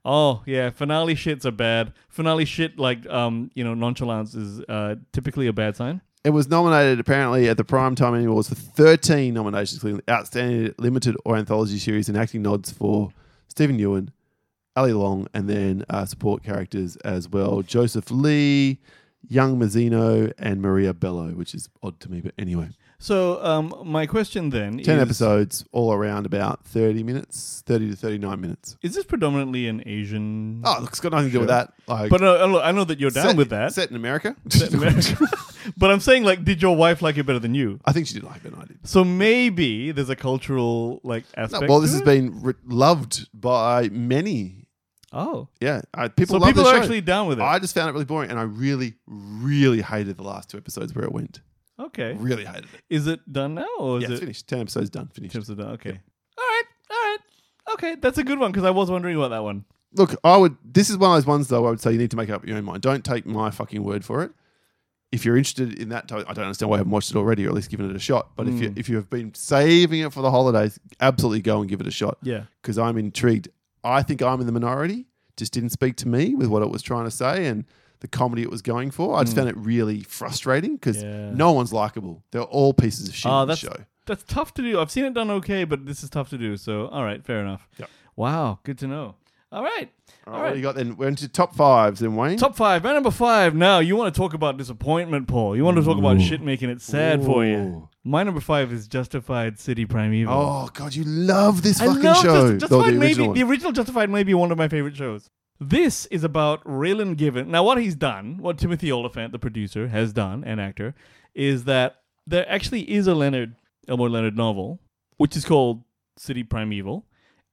oh yeah, finale shits are bad. Finale shit like um you know nonchalance is uh typically a bad sign.
It was nominated apparently at the Primetime Emmy Awards for 13 nominations, including Outstanding Limited or Anthology Series and acting nods for Stephen Ewan, Ali Long, and then uh, support characters as well Joseph Lee, Young Mazzino, and Maria Bello, which is odd to me, but anyway.
So um my question then
10
is
episodes, all around about 30 minutes, 30 to 39 minutes.
is this predominantly an Asian?
Oh, look, it's got nothing to do with
Sure.
that. Like,
But no, I know- I know that you're down
set-
with that.
Set in America.
but I'm saying like, did your wife like it better than you?
I think she did like it, and I did.
So maybe there's a cultural like
No,
aspect.
well, this
to
has
it?
been re- loved by many
oh,
Yeah, I, people
so
love
people
the
are
show.
actually down with it.
I just found it really boring, and I really, really hated the last two episodes where it went.
okay,
Really hated it.
is it done now or is
yeah, it's
it
finished. Ten episodes done. Finished.
tips are done? Okay, all right, all right, okay, that's a good one because I was wondering about that one.
Look, I would. This is one of those ones though. I would say you need to make up your own mind. Don't take my fucking word for it. If you're interested in that, I don't understand why you haven't watched it already, or at least given it a shot. But if
Mm.
you if you have been saving it for the holidays, absolutely go and give it a shot.
Yeah.
because I'm intrigued. I think I'm in the minority. Just didn't speak to me with what it was trying to say and the comedy it was going for. I just found it really frustrating
Mm.
because
Yeah.
no one's likable. They're all pieces of shit
Ah,
on the
that's
show.
that's tough to do. I've seen it done okay, but this is tough to do. So all right, fair enough.
Yep.
Wow, good to know. All right,
All right, what do you got then? We're into top fives then, Wayne.
Top five, round number five. Now you want to talk about disappointment, Paul. You want to talk about shit making it sad for you.
Ooh.
My number five is Justified City Primeval.
Oh god, you love this
I
fucking
love
show.
Just-
Oh,
Justified. maybe
one.
the original Justified may be one of my favorite shows. This is about Raylan Given. Now, what he's done, what Timothy Oliphant, the producer, has done, an actor, is that there actually is a Leonard Elmore Leonard novel, which is called City Primeval,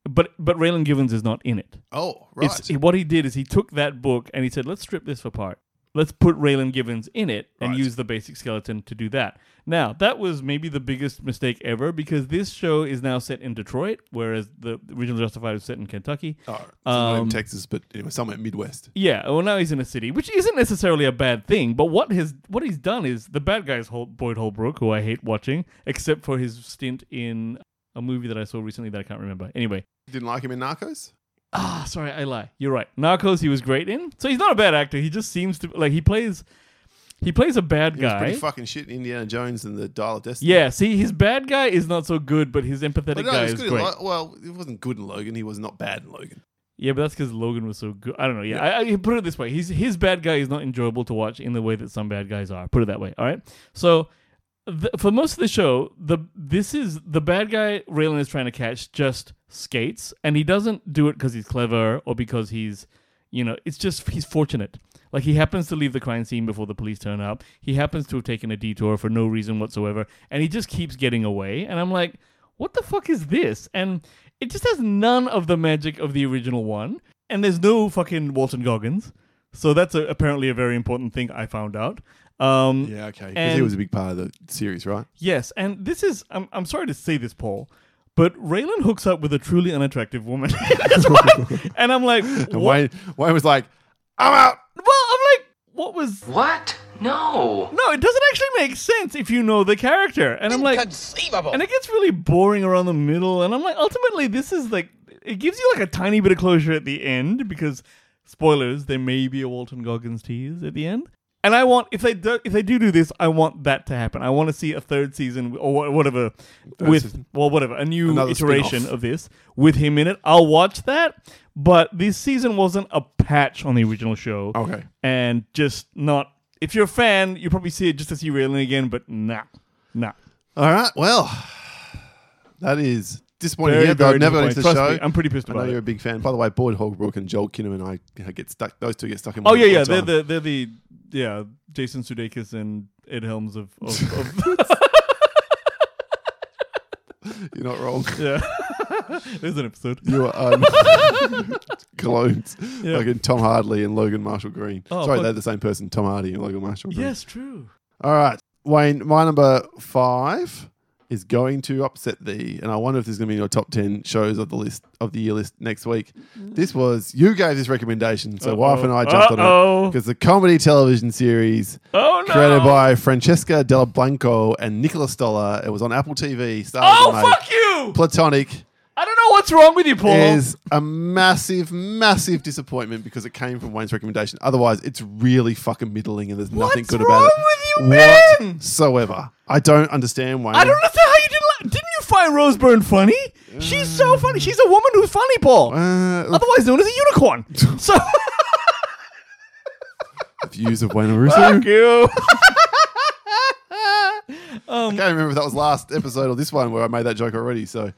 but but Raylan Givens is not in it.
Oh, right.
It's, what he did is he took that book and he said, let's strip this apart. Let's put Raylan Givens in it and
Right.
use the basic skeleton to do that. Now, that was maybe the biggest mistake ever because this show is now set in Detroit, whereas the original Justified was set in Kentucky.
Oh, it's not
Um,
in Texas, but anyway, somewhere Midwest.
Yeah, well, now he's in a city, which isn't necessarily a bad thing. But what his what he's done is the bad guy is Hol- Boyd Holbrook, who I hate watching, except for his stint in a movie that I saw recently that I can't remember. Anyway,
Didn't like him in Narcos?
Ah, sorry, I lie. You're right. Narcos, he was great in. So he's not a bad actor. He just seems to like he plays, he plays a bad
He was
guy.
pretty fucking shit in Indiana Jones and the Dial of Destiny.
yeah, see, his bad guy is not so good, but his empathetic
But no,
guy
it was
is
good in
great.
Lo- well, it wasn't good in Logan. He was not bad in Logan.
yeah, but that's because Logan was so good. I don't know. Yeah, I, I put it this way: he's his bad guy is not enjoyable to watch in the way that some bad guys are. Put it that way. All right. So the, for most of the show, the this is the bad guy Raylan is trying to catch just skates, and he doesn't do it because he's clever or because he's, you know, it's just he's fortunate. Like he happens to leave the crime scene before the police turn up. He happens to have taken a detour for no reason whatsoever, and he just keeps getting away. And I'm like, what the fuck is this? And it just has none of the magic of the original one. And there's no fucking Walton Goggins. So that's a, apparently a very important thing I found out. Um,
Yeah, okay. Because he
And-
was a big part of the series, right?
Yes, and this is I'm, I'm sorry to say this, Paul, but Raylan hooks up with a truly unattractive woman. That's why. And I'm like,
And
what?
Wayne, Wayne was like, I'm out.
well, I'm like, what was?
What? No.
No, it doesn't actually make sense if you know the character. And I'm like,
Inconceivable.
and it gets really boring around the middle. And I'm like, ultimately, this is like, it gives you like a tiny bit of closure at the end because spoilers, there may be a Walton Goggins tease at the end. And I want if they do, if they do do this, I want that to happen. I want to see a third season or wha- whatever with
season.
well whatever a new
Another
iteration
spin-off.
of this with him in it. I'll watch that. But this season wasn't a patch on the original show
Okay.
and just not. If you're a fan, you probably see it just to see Raylan again, but nah, nah.
All right. Well, that is disappointing.
Very,
yeah, but
very
I've never got into the
disappointing. Trust
show.
me, I'm pretty pissed
I know
about
you're a
it.
big fan. By the way, Boyd Holbrook and Joel Kinnaman, I you know, get stuck. Those two get stuck in.
Oh
one
yeah,
all
yeah.
the
They're
time.
the they're the yeah Jason Sudeikis and Ed Helms of, of, of
You're not wrong.
yeah. There's an episode.
You are um, clones.
Yeah.
Like in Tom Hardley and Logan Marshall Green.
Oh,
Sorry,
fuck.
they're the same person, Tom Hardy and Logan Marshall Green.
Yes, true.
All right. Wayne, my number five is going to upset thee. And I wonder if this is going to be in your top 10 shows of the list of the year list next week.
Mm.
This was, you gave this recommendation. So wife and I jumped on
Uh-oh.
it. Because the comedy television series
Oh no!
created by Francesca Della Blanco and Nicola Stoller. It was on Apple TV. Stars
oh
were made.
fuck you!
Platonic
I don't know what's wrong with you, Paul.
is a massive, massive disappointment because it came from Wayne's recommendation. Otherwise, it's really fucking middling and there's nothing
What's
good about it.
wrong with you, man?
Whatsoever. I don't understand Wayne.
I don't understand how you didn't. Like, didn't you find Rose Byrne funny? She's so
Mm.
funny. She's a woman who's funny, Paul.
Uh,
Otherwise known as a unicorn. So
views of Wayne Russo. I
you.
can't remember if that was last episode or this one where I made that joke already. So,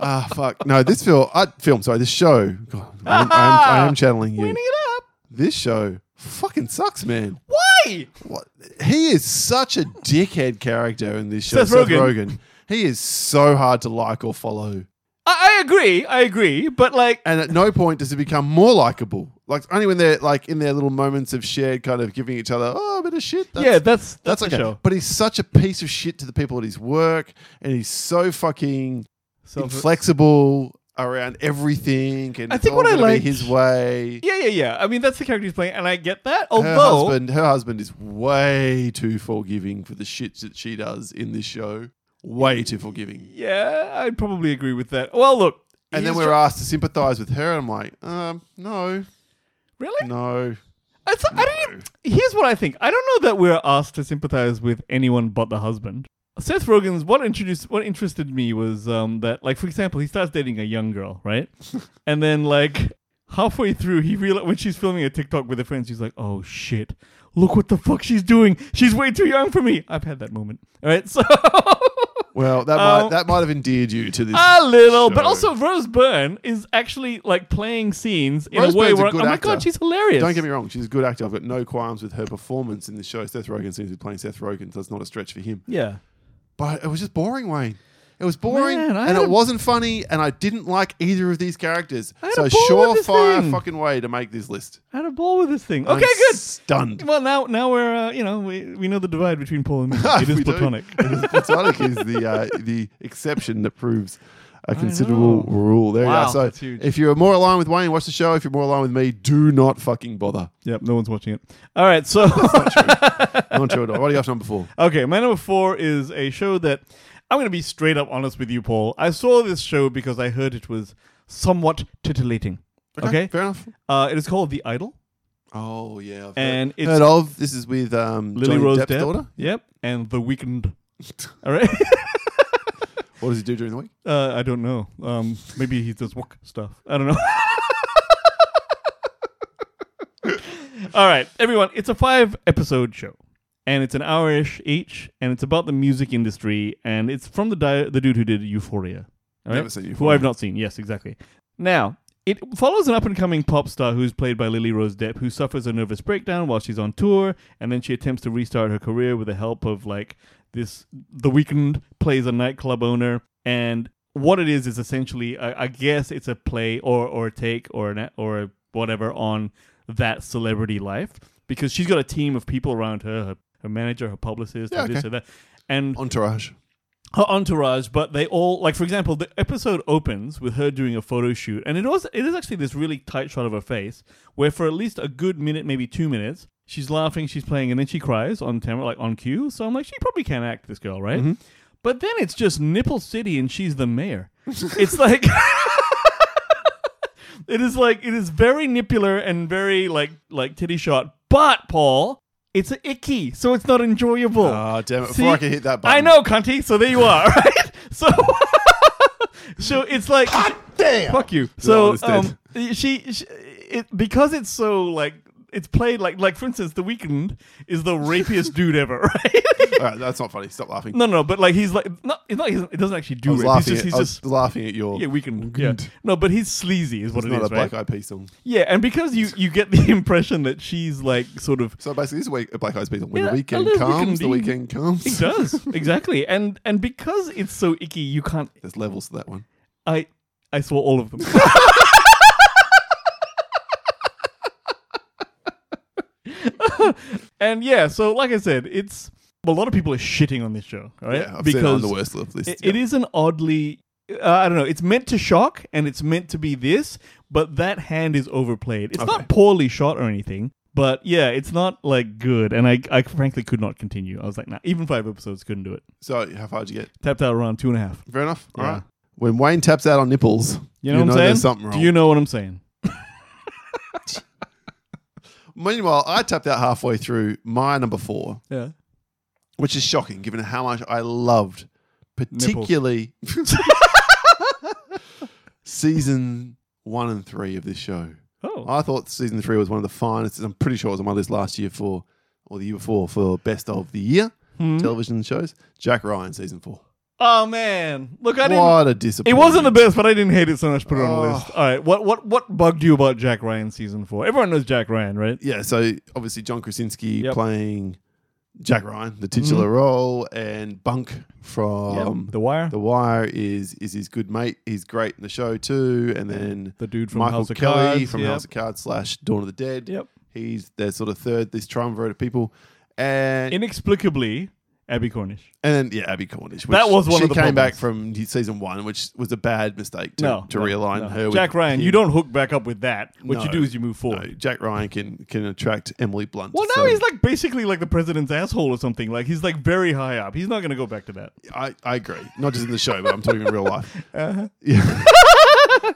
ah, fuck. No, this film, I, film, sorry, this show. God, I, am, I, am, I am channeling you.
Winning it up.
This show fucking sucks, man.
Why?
What? He is such a dickhead character in this show.
Seth Rogen.
Rogen. He is so hard to like or follow.
I, I agree. I agree. But like,
and at no point does it become more likable. Like only when they're like in their little moments of shared kind of giving each other oh, a bit of shit.
yeah, that's
that's
that's, a
okay.
show.
But he's such a piece of shit to the people at his work, and he's so fucking
So-
inflexible around everything. And
I
it's
think
all
what I
gonna be
like-
his way.
yeah, yeah, yeah. I mean, that's the character he's playing, and I get that.
Her
Although,
husband, her husband is way too forgiving for the shit that she does in this show. Way too forgiving.
yeah, I'd probably agree with that. Well, look,
And
he's
then we're
tr-
asked to sympathize with her, and I'm like, um, no,
really.
no.
I th- I don't even- here's what I think. I don't know that we're asked to sympathize with anyone but the husband. Seth Rogen's what introduced what interested me was um, that like for example he starts dating a young girl right, and then like halfway through he real when she's filming a TikTok with her friends she's like oh shit look what the fuck she's doing she's way too young for me I've had that moment all right so
Well, that
Um,
might that might have endeared you to this.
a little but
show.
also Rose Byrne is actually like playing scenes in
Rose
a way
Byrne's a
where
good
oh my
actor.
god she's hilarious
Don't get me wrong, she's a good actor. I've got no qualms with her performance in the show. Seth Rogen seems to be playing Seth Rogen, so it's not a stretch for him.
yeah
But it was just boring, Wayne. It was boring,
Man, I
and
had
it
a-
wasn't funny, and I didn't like either of these characters.
I had
So
a ball with this
surefire
thing.
fucking way to make this list.
I had a ball with this thing
I'm
okay good
Stunned.
Well, now now we're uh, you know we, we know the divide between Paul and me. It
We
is
do.
platonic.
It is platonic is the uh, the exception that proves a considerable
know.
rule. There
Wow,
you are.
that's
So
huge.
if you're more aligned with Wayne, watch the show. If you're more aligned with me, do not fucking bother.
yep, no one's watching it. All right, so
Not true at all. What do you have for number four?
okay, my number four is a show that I'm going to be straight up honest with you, Paul. I saw this show because I heard it was somewhat titillating. Okay,
fair enough.
uh, it is called The Idol,
Oh yeah, I've
and
heard,
it's
heard of this is with um,
Lily
Johnny
Rose
Depp's
Depp.
daughter.
Yep, and The Weekend. All right,
What does he do during the week?
uh, I don't know. Um, maybe he does work stuff. I don't know. All right, everyone, it's a five episode show. And it's an hour ish each, and it's about the music industry, and it's from the di- the dude who did Euphoria. all
Never
right?
seen
Who
Euphoria.
I've not seen, yes, exactly. Now, it follows an up and coming pop star who's played by Lily Rose Depp, who suffers a nervous breakdown while she's on tour, and then she attempts to restart her career with the help of, like, this. The Weeknd plays a nightclub owner, and what it is is essentially, I, I guess it's a play or, or a take or, an, or a whatever on that celebrity life because she's got a team of people around her her, her manager her publicist
Yeah,
and this
okay.
and that and
Entourage.
her entourage but they all like for example the episode opens with her doing a photo shoot and it was it is actually this really tight shot of her face where for at least a good minute maybe two minutes she's laughing she's playing and then she cries on camera like on cue so i'm like she probably can act this girl right but then it's just nipple city and she's the mayor it's like It is like it is very nipular and very like like titty shot. But Paul, it's icky, so it's not enjoyable.
Ah, damn it! Before I can hit that button,
I know, cunty. So there you are, right? So, so it's like, damn, fuck you. So
understand.
um, she, she it, because it's so like it's played like like for instance, The Weeknd is the rapiest dude ever, right?
All right, that's not funny. Stop laughing.
no, no, but like he's like not, it's not he doesn't actually
I
do
was
rape. He's
laughing.
just,
At,
he's
I was
just
laughing at your.
yeah, Weeknd. Yeah, no, but he's sleazy, is what
it's
it
not
is,
a
right?
Black Eyed Peas song.
Yeah, and because you you get the impression that she's like sort of
So basically, this is where- a Black Eyed Peas song. When
Yeah,
the
a
weekend
little
comes, the
weekendy.
weekend comes.
it does exactly, and and because it's so icky, you can't.
There's levels to that one.
I I saw all of them. and yeah, so like I said, it's a lot of people are shitting on this show, right?
Yeah, I've seen it on the worst list.
it-
yeah.
it is an oddly uh, I don't know. It's meant to shock, and it's meant to be this, but that hand is overplayed. It's
Okay.
not poorly shot or anything, but yeah, it's not like good. And I, I frankly could not continue. I was like, nah, even five episodes couldn't do it.
So how far did you get?
Tapped out around two and a half.
Fair enough. All
Yeah.
right. When Wayne taps out on nipples,
You know what I'm saying?
there's something wrong.
Do you know what I'm saying?
Meanwhile, I tapped out halfway through my number four,
Yeah.
which is shocking given how much I loved, particularly season one and three of this show.
Oh.
I thought season three was one of the finest. I'm pretty sure it was on my list last year for, or the year before, for best of the year
Hmm.
television shows. Jack Ryan season four.
Oh man. Look, I didn't.
what a
It
disappointment!
wasn't the best, but I didn't hate it so much. Put it on the
Oh.
list. All right. What what what bugged you about Jack Ryan season four? Everyone knows Jack Ryan, right?
Yeah, so obviously John Krasinski
Yep. Mm-hmm.
playing Jack Ryan, the titular role, and Bunk from
the Wire.
The Wire is is his good mate. He's great in the show too. And then
The dude from
Michael
House of
Kelly
Cards,
from
yep.
House of Cards slash Dawn of the Dead.
Yep.
He's their sort of third, this triumvirate of people. And
Inexplicably, Abby Cornish.
and then yeah, Abby Cornish.
That was one
she
of the
came back
problems.
from season one, which was a bad mistake to,
no,
to
no,
realign
no.
her. with
Jack Ryan,
him.
you don't hook back up with that. What you
No,
do is you move
No,
forward.
Jack Ryan can can attract Emily Blunt.
Well, now
so-
he's like basically like the president's asshole or something. Like he's like very high up. He's not going to go back to that.
I, I agree. Not just in the show, but I'm talking in real life. Yeah.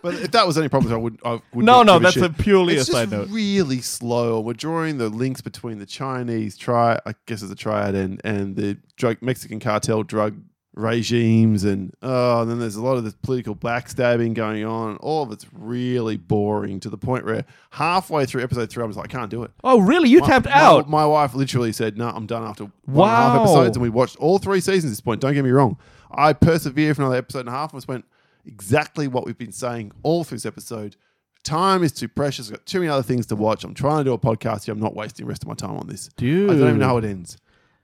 but if that was any problems, I would. I would
No,
not
no,
give
that's
shit.
a purely
It's
a side
just
note.
Really slow. We're drawing the links between the Chinese tri, I guess it's a triad, and and the drug Mexican cartel drug regimes, and oh, and then there's a lot of this political backstabbing going on. All of it's really boring to the point where halfway through episode three, I was like, I can't do it.
Oh, really? You
My-
tapped
my-
out?
My wife literally said, "No, I'm done after one and a half
Wow.
episodes," and we watched all three seasons. At this point, don't get me wrong, I persevered for another episode and a half. And just went exactly what we've been saying all through this episode. Time is too precious. I've got too many other things to watch. I'm trying to do a podcast here. I'm not wasting the rest of my time on this. I don't even know how it ends.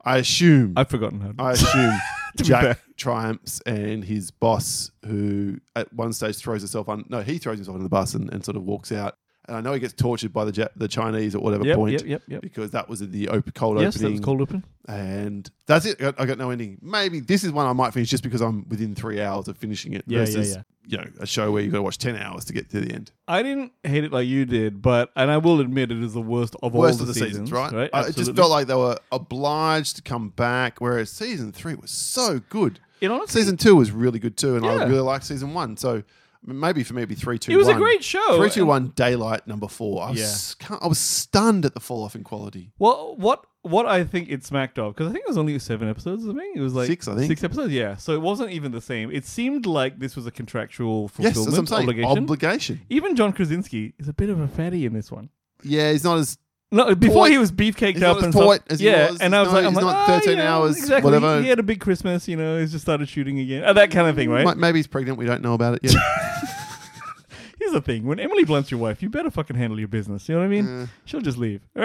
I assume.
I've forgotten how.
I assume
be
Jack
fair.
triumphs and his boss, who at one stage throws herself on, no, he throws himself under the bus and, and sort of walks out. And I know he gets tortured by the ja- the Chinese at whatever
Yep,
point,
yep, yep, yep.
because that was in the op- cold
yes, that
opening.
was cold open.
And that's it. I got, I got no ending. Maybe this is one I might finish just because I'm within three hours of finishing it
Yeah, yeah,
versus,
yeah.
you know, a show where you've got to watch 10 hours to get to the end.
I didn't hate it like you did, but and I will admit it is the worst of
Worst
all
of the seasons, right?
right?
I- it just
Absolutely.
felt like they were obliged to come back, whereas season three was so good.
It honestly-
season two was really good too, and I
Yeah.
really liked season one. So maybe for me, it'd be three, two,
It was a
one.
great show,
Three, two,
and-
one. Daylight number four. I was,
Yeah.
can't- I was stunned at the fall off in quality.
Well, what what I think it smacked of because I think it was only seven episodes. I think it was like
Six, I think.
six episodes. Yeah, so it wasn't even the same. It seemed like this was a contractual
Yes,
fulfillment
that's what I'm saying.
obligation.
Obligation.
even John Krasinski is a bit of a fatty in this one.
Yeah, he's not as
No, before
Polite.
he was beefcaked
He's
up
not as
and stuff.
polite as he
yeah,
was.
and
He's
I was
not-
like, I'm
he's
like,
not
"Ah,
13
yeah,
hours,
exactly.
whatever."
He, he had a big Christmas, you know. He's just started shooting again, uh, that kind of thing, right?
mi- maybe he's pregnant. We don't know about it yet.
Here's the thing: when Emily Blunt's your wife, you better fucking handle your business. You know what I mean? She'll just leave.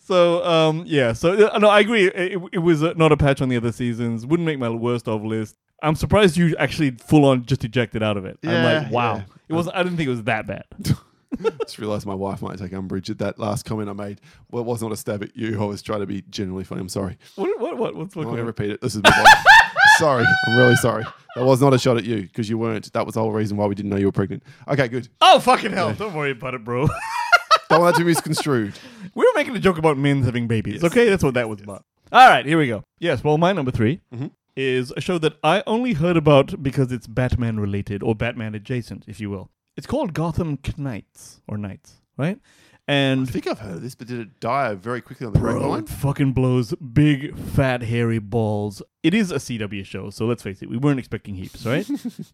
so um, yeah, so uh, no, I agree. It, it was uh, not a patch on the other seasons. Wouldn't make my worst of list. I'm surprised you actually full on just ejected out of it. I'm
Yeah,
like, wow,
yeah.
it was. I didn't think it was that bad.
just realised my wife might take umbrage at that last comment I made. Well, it was not a stab at you. I was trying to be genuinely funny. I'm sorry.
what? What? What? What's
I'm
what?
going to repeat it. This is my fault. sorry. I'm really sorry. That was not a shot at you because you weren't. That was the whole reason why we didn't know you were pregnant. Okay, good.
Oh fucking hell! Don't worry about it, bro.
Don't want that to be misconstrued.
we were making a joke about men having babies. Okay, that's what that was about. All right, here we go. Yes, well, my number 3 is a show that I only heard about because it's Batman related or Batman adjacent, if you will. It's called Gotham Knights or Knights, right?
I
And
think I've heard of this, but did it die very quickly on the break
bro,
line?
it fucking blows big, fat, hairy balls. It is a CW show, so let's face it, we weren't expecting heaps, right?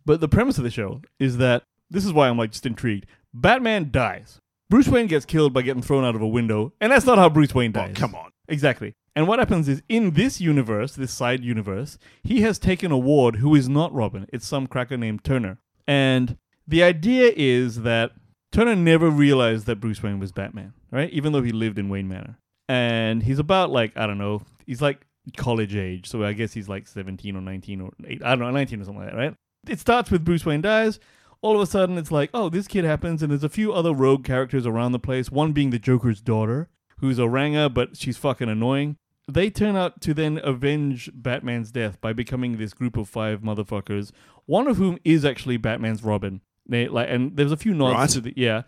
but the premise of the show is that this is why I'm like just intrigued. Batman dies. Bruce Wayne gets killed by getting thrown out of a window, and that's not how Bruce Wayne dies.
Come on.
Exactly. And what happens is in this universe, this side universe, he has taken a ward who is not Robin. It's some cracker named Turner. And the idea is that Turner never realized that Bruce Wayne was Batman, right? Even though he lived in Wayne Manor. And he's about like, I don't know, he's like college age. So I guess he's like 17 or 19 or 8, I don't know, 19 or something like that, right? it starts with Bruce Wayne dies. All of a sudden, it's like, oh, this kid happens, and there's a few other rogue characters around the place. One being the Joker's daughter, who's a ranger, but she's fucking annoying. They turn out to then avenge Batman's death by becoming this group of five motherfuckers, one of whom is actually Batman's Robin. They, like, and there's a few nods
Right.
to the yeah,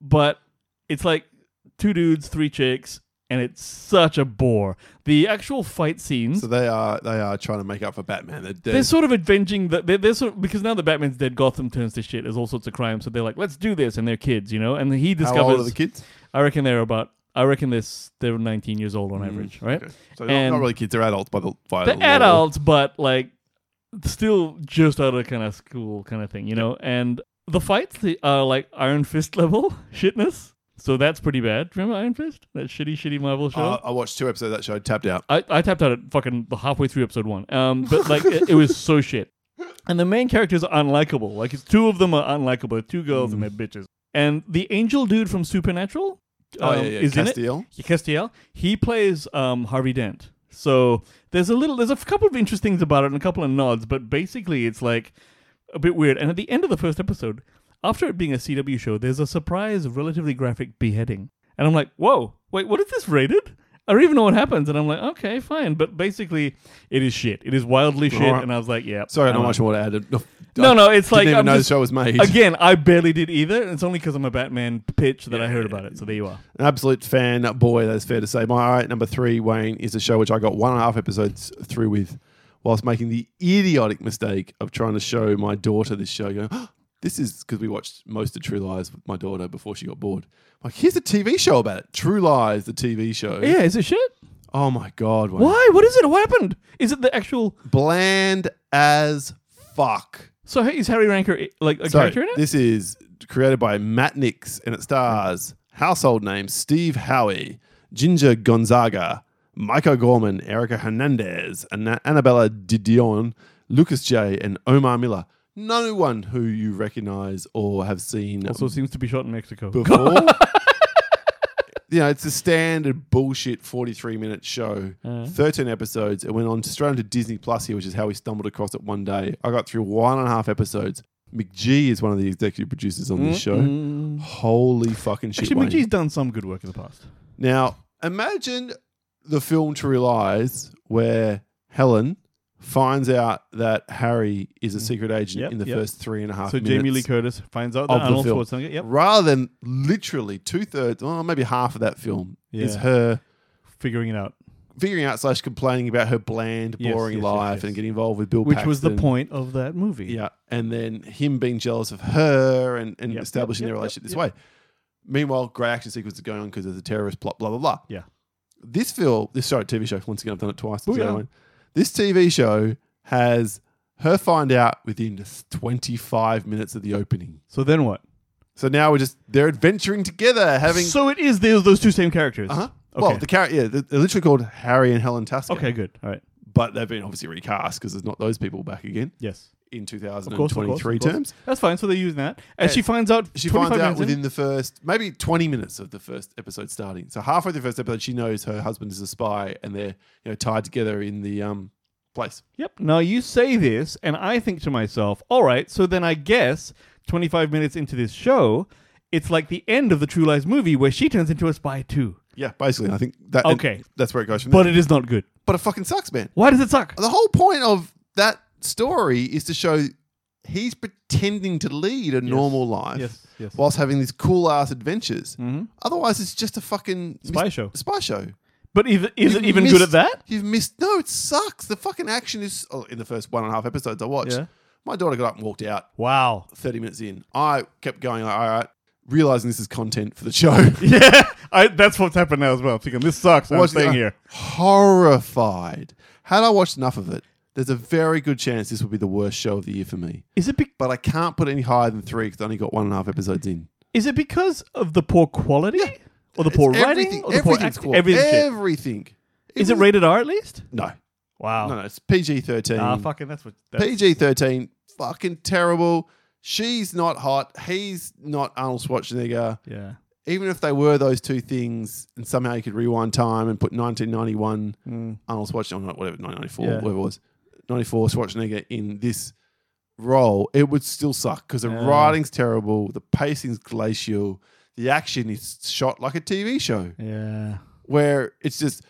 but it's like two dudes, three chicks, and it's such a bore. The actual fight scenes
So they are they are trying to make up for Batman. They're, they're-
they're sort of avenging that they're, they're sort of, because now that Batman's dead, Gotham turns to shit. There's all sorts of crimes, so they're like, let's do this, and they're kids, you know. And he
how
discovers.
old are the kids?
I reckon they're about. I reckon they're s- they're 19 years old on
Mm,
average, right?
So they're not-
And-
not really kids. They're adults by the by
They're
the law.
adults, but like still just out of kind of school kind of thing, you know. And the fights the- are like Iron Fist level shitness, so that's pretty bad. Remember Iron Fist? That shitty, shitty Marvel show.
Uh, I watched two episodes of that show. Tapped out.
I, I tapped out at fucking halfway through episode one. Um, but like it, it was so shit. And the main characters are unlikable. Like it's two of them are unlikable. They're two girls and
Mm.
they're bitches. And the angel dude from Supernatural
Oh, yeah,
um,
yeah,
is in
Castiel.
it. Yeah, Castiel. He plays um, Harvey Dent. So there's a little, there's a couple of interesting things about it and a couple of nods, but basically it's like a bit weird. And at the end of the first episode, after it being a CW show, there's a surprise, relatively graphic beheading. And I'm like, whoa, wait, what is this rated? I don't even know what happens. And I'm like, okay, fine. But basically, it is shit. It is wildly shit.
Alright.
And I was like, yeah.
Sorry, I don't
I'm
much more to add. No,
No, no, it's like.
didn't even
I'm
know
just-
the show was made.
Again, I barely did either. And it's only because I'm a Batman pitch that I heard about it. So there you are.
An absolute fan boy, that's fair to say. My all right, number three, Wayne, is a show which I got one and a half episodes through with whilst making the idiotic mistake of trying to show my daughter this show. Going, "Oh, this is because we watched most of True Lies with my daughter before she got bored. Like, here's a TV show about it. True Lies, the TV show.
Yeah, is it shit?
Oh my God. Wayne.
Why? What is it? What happened? Is it the actual.
Bland as fuck.
So is Harry Ranker like a
So,
character in it?
This is created by Matt Nix and it stars household names Steve Howie, Ginger Gonzaga, Michael Gorman, Erica Hernandez, Anna- Annabella Didion, Lucas J, and Omar Miller. No one who you recognize or have seen
also seems to be shot in Mexico.
before. you know, it's a standard bullshit 43 minute show,
Uh,
13 episodes. It went on straight onto Disney Plus here, which is how we stumbled across it one day. I got through one and a half episodes. McGee is one of the executive producers on this show. Holy fucking shit.
Mm, Actually,
Wayne.
McGee's done some good work in the past.
Now, imagine the film True Lies, where Helen finds out that Harry is a secret agent
Mm. Yep,
in the
yep.
first three and a half
So
minutes.
Jamie Lee Curtis finds out
of
that
the
Arnold
film.
Schwarzenegger. Yep.
rather than literally two thirds, well, maybe half of that film is
Yeah.
her
Figuring it out,
figuring out slash complaining about her bland,
Yes,
boring
yes, yes,
life
yes.
and getting involved with Bill,
which was the
Paxton.
point of that movie.
Yeah, and then him being jealous of her and, and
Yep,
establishing
yep,
their
yep,
relationship this
yep.
way. Meanwhile, great action sequences are going on because there's a terrorist plot, blah blah blah.
Yeah.
This film, this sorry TV show. Once again, I've done it twice.
Booyah.
It's the other one. This TV show has her find out within 25 minutes of the opening.
So then what?
So now we're just they're adventuring together, having
so it is those those two same characters.
Uh-huh.
Okay.
Well, the character, yeah, they're they're literally called Harry and Helen Tasker.
okay. Good. All right.
But they've been obviously recast because there's not those people back again
Yes.
in
Of course.
2023
of course, of course.
terms.
That's fine. So they're using that, and she finds out.
She
25
finds out
minutes in,
within the first, maybe 20 minutes of the first episode starting. So halfway through the first episode, she knows her husband is a spy and they're you know tied together in the um place.
Yep. Now you say this, and I think to myself, all right, so then I guess 25 minutes into this show, it's like the end of the True Lies movie where she turns into a spy too.
Yeah, basically, I think that. and
Okay.
that's where it goes from
But
there.
it is not good.
but it fucking sucks, man.
Why does it suck?
The whole point of that story is to show he's pretending to lead a normal life
Yes, yes.
whilst having these cool ass adventures. Otherwise, it's just a fucking
Spy show.
Mm-hmm. Spy show.
But is, is it
You've
even good at
missed-
that?
You've missed. No, it sucks. The fucking action is oh, in the first one and a half episodes I watched.
Yeah.
My daughter got up and walked out
Wow.
30 minutes in. I kept going, like, all right, realizing this is content for the show.
Yeah, I, that's what's happened now as well. uh, I'm thinking, this sucks. I'm
Watching it,
staying
I'm
here.
Horrified. Had I watched enough of it, there's a very good chance this would be the worst show of the year for me.
Is it be-
But I can't put any higher than three because I only got one and a half episodes in.
is it because of the poor quality, or the poor
It's
writing, or the poor
everything's
acting?
cool.
Everything. shit.
Everything.
is it
was-
rated R at least?
No.
Wow.
No, no. It's PG 13.
Ah, fucking. That's what. That's,
PG 13. Fucking terrible. She's not hot. He's not Arnold Schwarzenegger.
Yeah.
Even if they were those two things, and somehow you could rewind time and put 1991 Arnold Schwarzenegger, whatever, 1994,
Hmm. Yeah.
whatever it was, 94 Schwarzenegger in this role, it would still suck because the
Yeah.
writing's terrible, the pacing's glacial, the action is shot like a TV show
Yeah.
where it's just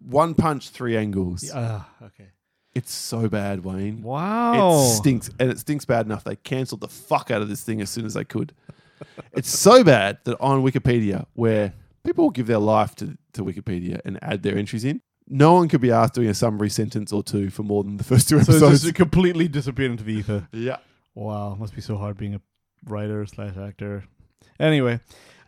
one punch, three angles.
Ah, okay.
It's so bad, Wayne.
Wow.
It stinks, and it stinks bad enough. They cancelled the fuck out of this thing as soon as they could. it's so bad that on Wikipedia, where people give their life to, to Wikipedia and add their entries in, no one could be asked doing a summary sentence or two for more than the first two
So it's
episodes.
just completely disappeared into the ether.
yeah,
Wow, must be so hard being a writer slash actor. Anyway,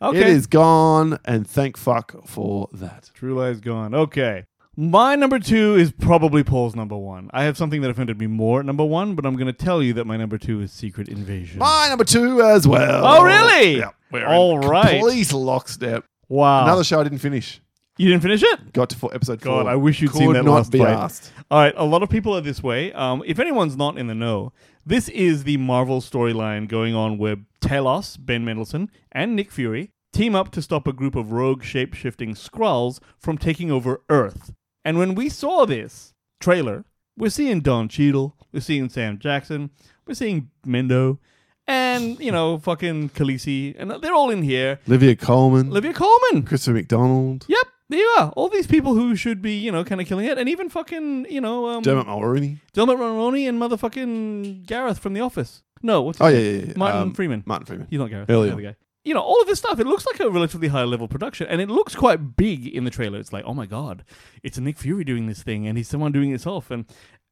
okay.
it is gone, and thank fuck for that.
True Lies gone. Okay. My number two is probably Paul's number one. I have something that offended me more at number one, but I'm going to tell you that my number two is Secret Invasion.
My number two as well.
Oh, really?
Yeah, we're in
All right.
Complete lockstep.
Wow.
Another show I didn't finish.
you didn't finish it?
Got to four, episode four.
God, I wish you'd
Could
seen that
not
last
be
fight.
asked.
All right, a lot of people are this way. Um, if anyone's not in the know, this is the Marvel storyline going on where Talos, Ben Mendelsohn, and Nick Fury team up to stop a group of rogue shape-shifting Skrulls from taking over Earth. And when we saw this trailer, we're seeing Don Cheadle, we're seeing Sam Jackson, we're seeing Mendo, and you know, fucking Khaleesi, and they're all in here.
Olivia Coleman,
Olivia Coleman.
Christopher McDonald,
Yep, there you are. All these people who should be, you know, kind of killing it, and even fucking, you know, um,
Dermot Mulroney.
Dermot Mulroney and motherfucking Gareth from The Office. No, what's his
Oh yeah,
name?
yeah, yeah.
Martin
Um,
Freeman.
Martin Freeman.
He's not Gareth.
Elliot.
the other guy. You know, all of this stuff, it looks like a relatively high level production, and it looks quite big in the trailer. It's like, oh my god, it's Nick Fury doing this thing, and he's someone doing it himself. And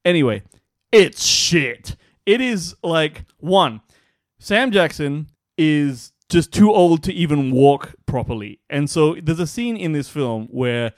anyway, it's shit. It is like, one, Sam Jackson is just too old to even walk properly. And so there's a scene in this film where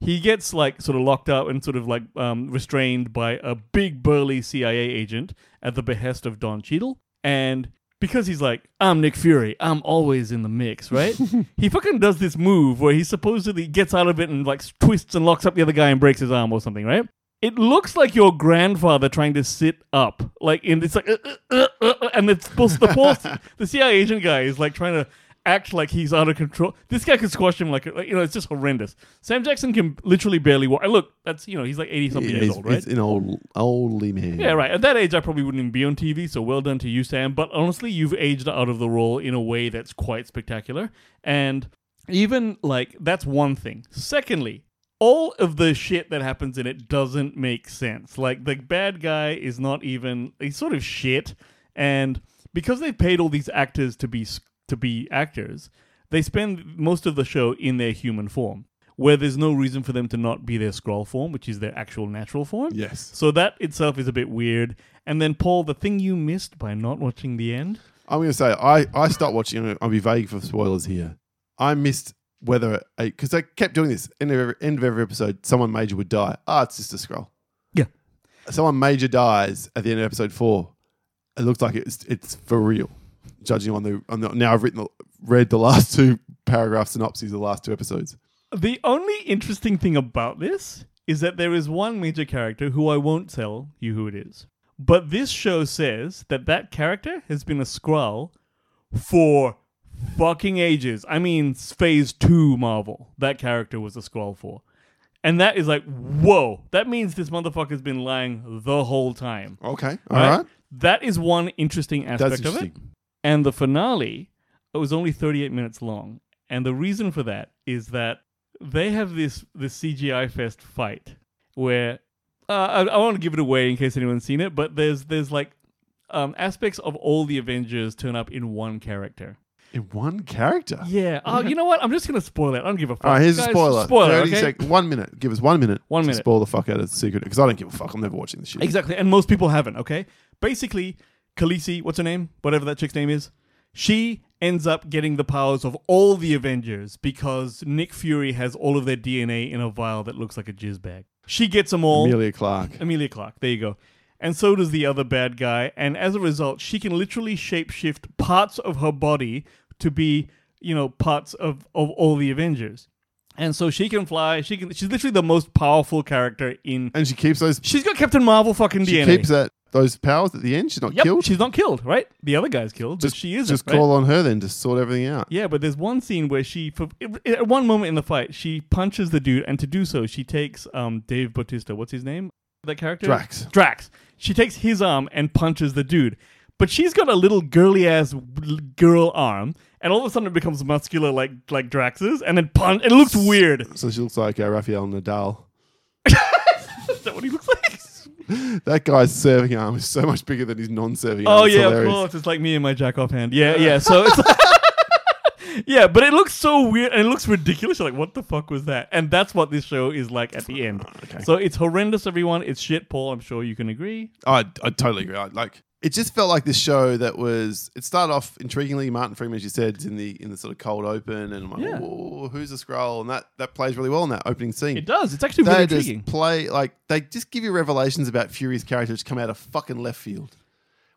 he gets like sort of locked up and sort of like um, restrained by a big burly CIA agent at the behest of Don Cheadle. And because he's like, I'm Nick Fury, I'm always in the mix, right? he fucking does this move where he supposedly gets out of it and like twists and locks up the other guy and breaks his arm or something, right? It looks like your grandfather trying to sit up, like, and it's like, uh, uh, uh, uh, and it's supposed the poor, the CIA agent guy is like trying to act like he's out of control. This guy could squash him like, like you know, it's just horrendous. Sam Jackson can literally barely walk. And Look, that's you know, he's like eighty something
Yeah,
years
he's,
old, right?
he's an old, oldly man.
Yeah, right. At that age, I probably wouldn't even be on TV, so well done to you, Sam. But honestly, you've aged out of the role in a way that's quite spectacular. And even, like, that's one thing. Secondly, all of the shit that happens in it doesn't make sense. Like, the bad guy is not even. He's sort of shit. And because they've paid all these actors to be, s- to be actors, they spend most of the show in their human form. Where there's no reason for them to not be their scroll form, which is their actual natural form.
Yes.
So that itself is a bit weird. And then Paul, the thing you missed by not watching the end.
I'm going to say I I start watching. and I'll be vague for spoilers here. I missed whether because they kept doing this end of every, end of every episode. Someone major would die. Ah, it's just a scroll.
Yeah.
Someone major dies at the end of episode four. It looks like it's it's for real. Judging on the, on the now, I've written the, read the last two paragraph synopses of the last two episodes.
The only interesting thing about this is that there is one major character who I won't tell you who it is. But this show says that that character has been a Skrull for fucking ages. I mean, Phase 2 Marvel, that character was a Skrull for. And that is like, whoa, that means this motherfucker's been lying the whole time.
Okay,
Right?
all right.
That is one interesting aspect
That's
of it.
interesting.
And the finale it was only 38 minutes long. And the reason for that is that they have this this CGI fest fight where uh, I, I want to give it away in case anyone's seen it, but there's there's like um, aspects of all the Avengers turn up in one character.
In one character.
Yeah. Oh, you know what? I'm just gonna spoil it. I don't give a fuck.
All right, here's
Guys,
a spoiler.
Spoiler.
30
okay?
sec- one minute. Give us one minute.
One
to
minute.
spoil the fuck out of Secret because I don't give a fuck. I'm never watching this shit.
Exactly, and most people haven't. Okay, basically, Khaleesi, what's her name? Whatever that chick's name is, she ends up getting the powers of all the Avengers because Nick Fury has all of their DNA in a vial that looks like a jizz bag. She gets them all.
Amelia Clark.
Amelia Clark. There you go. And so does the other bad guy. And as a result, she can literally shapeshift parts of her body to be, you know, parts of, of all the Avengers. And so she can fly. She can. She's literally the most powerful character in.
And she keeps those.
She's got Captain Marvel fucking
She
DNA.
keeps that those powers at the end. She's not
Yep,
killed.
she's not killed, right? The other guy's killed, but she isn't.
Just
right?
call on her then to sort everything out.
Yeah, but there's one scene where she, for, at one moment in the fight, she punches the dude, and to do so, she takes um Dave Bautista. What's his name? That character
Drax.
Drax. She takes his arm and punches the dude. But she's got a little girly ass girl arm, and all of a sudden it becomes muscular like like Drax's, and then punch. It looks weird.
So she looks like uh, Rafael Nadal.
Is that what he looks like?
That guy's serving arm is so much bigger than his non-serving arm.
Oh
It's
yeah,
hilarious.
of course. It's like me and my jack off hand. Yeah, yeah. So it's yeah, but it looks so weird and it looks ridiculous. You're like, what the fuck was that? And that's what this show is like at the end. So it's horrendous, everyone. It's shit, Paul. I'm sure you can agree.
I I totally agree. I, like it just felt like this show that was. It started off intriguingly. Martin Freeman, as you said, is in the in the sort of cold open, and I'm like,
Yeah.
"Whoa, who's a scroll? And that that plays really well in that opening scene.
It does. It's actually really
They
intriguing.
just play like they just give you revelations about Fury's character which come out of fucking left field,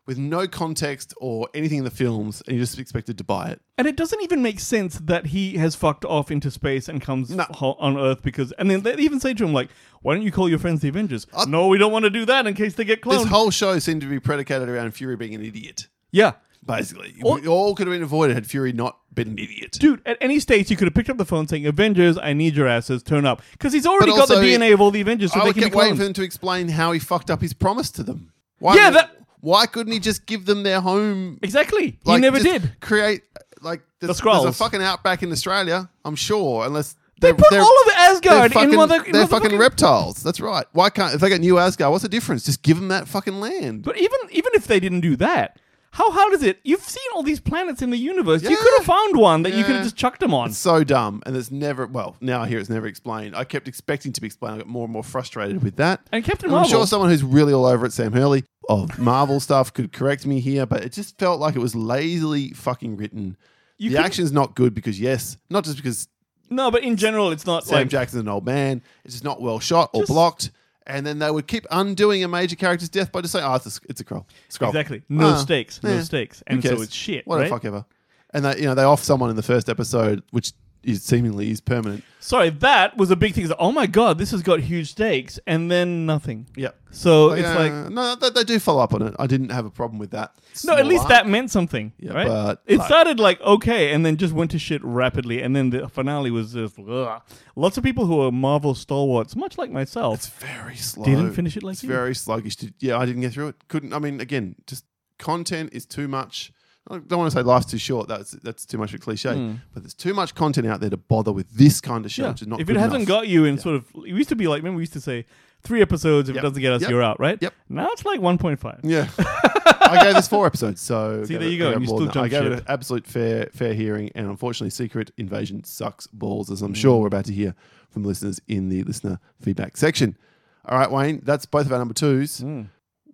with no context or anything in the films, and you're just expected to buy it.
And it doesn't even make sense that he has fucked off into space and comes
No.
ho- on Earth because. And then they even say to him, like, why don't you call your friends the Avengers? no, we don't want to do that in case they get
This
cloned.
whole show seemed to be predicated around Fury being an idiot.
yeah.
Basically,
Or-
it all could have been avoided had Fury not been an idiot.
Dude, at any stage, you could have picked up the phone saying, Avengers, I need your asses, turn up. Because he's already got the
also-
DNA of all the Avengers, so
I
they
would
can be
kept waiting
clones.
for them to explain how he fucked up his promise to them. Why
Yeah,
would-
that-
why couldn't he just give them their home?
Exactly.
like,
he never
just
did.
Create like there's,
Skrulls.
there's a fucking outback in Australia. I'm sure, unless
They
they're-
put
they're-
all of
They're
Asgard
fucking,
in mother. in
they're fucking
motherfucking-
reptiles. That's right. Why can't if they got new Asgard? What's the difference? Just give them that fucking land.
But even even if they didn't do that, how hard is it? You've seen all these planets in the universe. You
Yeah.
could have found one that you could
Yeah.
have just chucked them on.
It's so dumb, and it's never. Well, now I hear it's never explained. I kept expecting to be explained. I got more and more frustrated with that.
And Captain
I'm sure
Marvel-
someone who's really all over it, Sam Hurley of Marvel stuff, could correct me here, but it just felt like it was lazily fucking written.
You
the
couldn't-
action's not good because yes, not just because
No, but in general, it's not
Sam
like
Jackson's an old man. It's just not well shot or
Just-
blocked. And then they would keep undoing a major character's death by just saying, "Oh, it's a, it's a Skrull." Skrull.
exactly no
Ah,
stakes,
yeah.
no stakes,
Who
and so
cares?
it's shit.
What
right?
the fuck ever. And they, you know, they off someone in the first episode, which is seemingly is permanent.
Sorry, that was a big thing. It's like, oh my god, this has got huge stakes, and then nothing.
Yep.
So
Like,
it's
uh,
like
no, they, they do follow up on it. I didn't have a problem with that.
no, at
Small
least
arc.
that meant something,
Yeah,
right?
but,
it
like-
started like okay, and then just went to shit rapidly, and then the finale was just ugh. lots of people who are Marvel stalwarts, much like myself.
It's very slow.
Didn't finish it like
It's
you.
very sluggish. Did- Yeah, I didn't get through it. Couldn't. I mean, again, just content is too much. I don't want to say life's too short. That's that's too much of a cliche.
Hmm.
But there's too much content out there to bother with this kind of show, which is not.
if
good
it hasn't
enough.
got you in sort of, it used to be like, remember we used to say three episodes. If
Yep.
it doesn't get us,
Yep.
you're out, right?
Yep.
Now it's like 1.5.
Yeah. I gave this four episodes, so
See,
gave
there
it-
you go,
I gave
and you
it
still
more than that. I
jumped
gave it
ship.
an absolute fair fair hearing, and unfortunately, Secret Invasion sucks balls, as I'm
Mm.
sure we're about to hear from listeners in the listener feedback section. All right, Wayne, that's both of our number twos.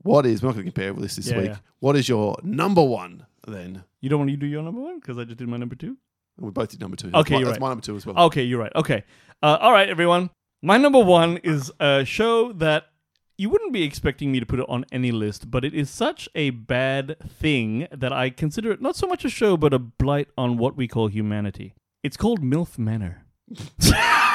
What is? We're not going to compare with this this
Mm. Yeah,
week.
yeah.
What is your number one then?
You don't want to do your number one because I just did my number two.
And we both did number two. That's
Okay,
my,
you're
that's
right. Oh,
my number two as well.
Okay, you're right. Okay, uh, all right, everyone. My number one is a show that you wouldn't be expecting me to put it on any list, but it is such a bad thing that I consider it not so much a show, but a blight on what we call humanity. It's called MILF Manor.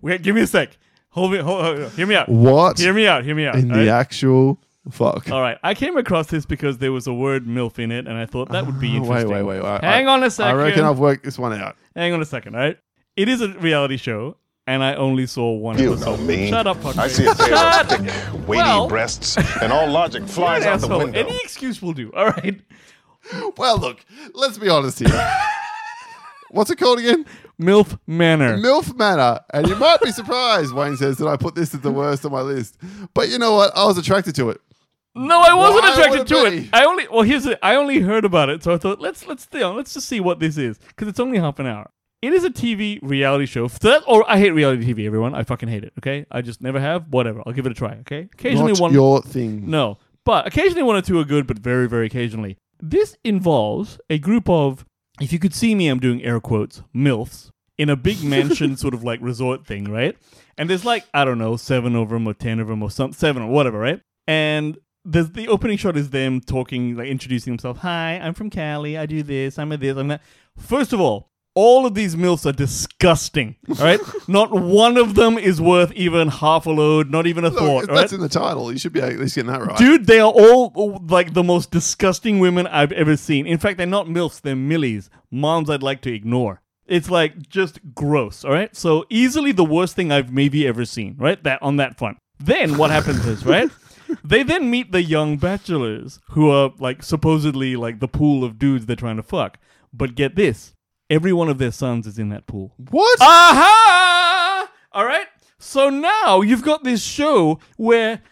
Wait, give me a sec. Hold me. Hold, hold, hear me out.
What
Hear me out. Hear me out.
in the
all right? Oh,
actual fuck?
All right, I came across this because there was a word MILF in it, and I thought that would be
Oh, wait,
interesting.
wait, wait, wait.
Hang
I,
on a second.
I reckon I've worked this one out.
Hang on a second, all right? It is a reality show, and I only saw one
You
episode.
know me.
Shut up, fuck
I
you.
see a pair
Shut
of thick, weighty
Well-
breasts, and all logic flies
an
out the
asshole.
window.
Any excuse will do, all right?
Well, look, let's be honest here. What's it called again?
MILF Manor.
MILF Manor. And you might be surprised, Wayne says, that I put this as the worst on my list. But you know what? I was attracted to it.
no, I wasn't
Why
attracted to
would it
it.
be?
I only well, here's the, I only heard about it, so I thought let's let's stay on. Let's just see what this is because it's only half an hour. It is a TV reality show. F- That, or I hate reality TV. Everyone, I fucking hate it. Okay, I just never have. Whatever, I'll give it a try. Okay, occasionally
Not
one
your thing.
Mm. No. But occasionally one or two are good, but very, very occasionally. This involves a group of, if you could see me, I'm doing air quotes, MILFs, in a big mansion sort of like resort thing, right? And there's like, I don't know, seven of them or ten of them or some, seven or whatever, right? And there's the opening shot is them talking, like introducing themselves. Hi, I'm from Cali. I do this. I'm a this. I'm that. First of all, all of these milfs are disgusting. All right, not one of them is worth even half a load. Not even a
Look,
thought.
if
all right?
that's in the title. You should be at least getting that right.
Dude, they are all oh, like the most disgusting women I've ever seen. In fact, they're not MILFs, they're Millies. Moms I'd like to ignore. It's like just gross, all right? So easily the worst thing I've maybe ever seen, right? That on that front. Then what happens is, right? They then meet the young bachelors who are like supposedly like the pool of dudes they're trying to fuck. But get this every one of their sons is in that pool.
What?
Aha! All right. So now you've got this show where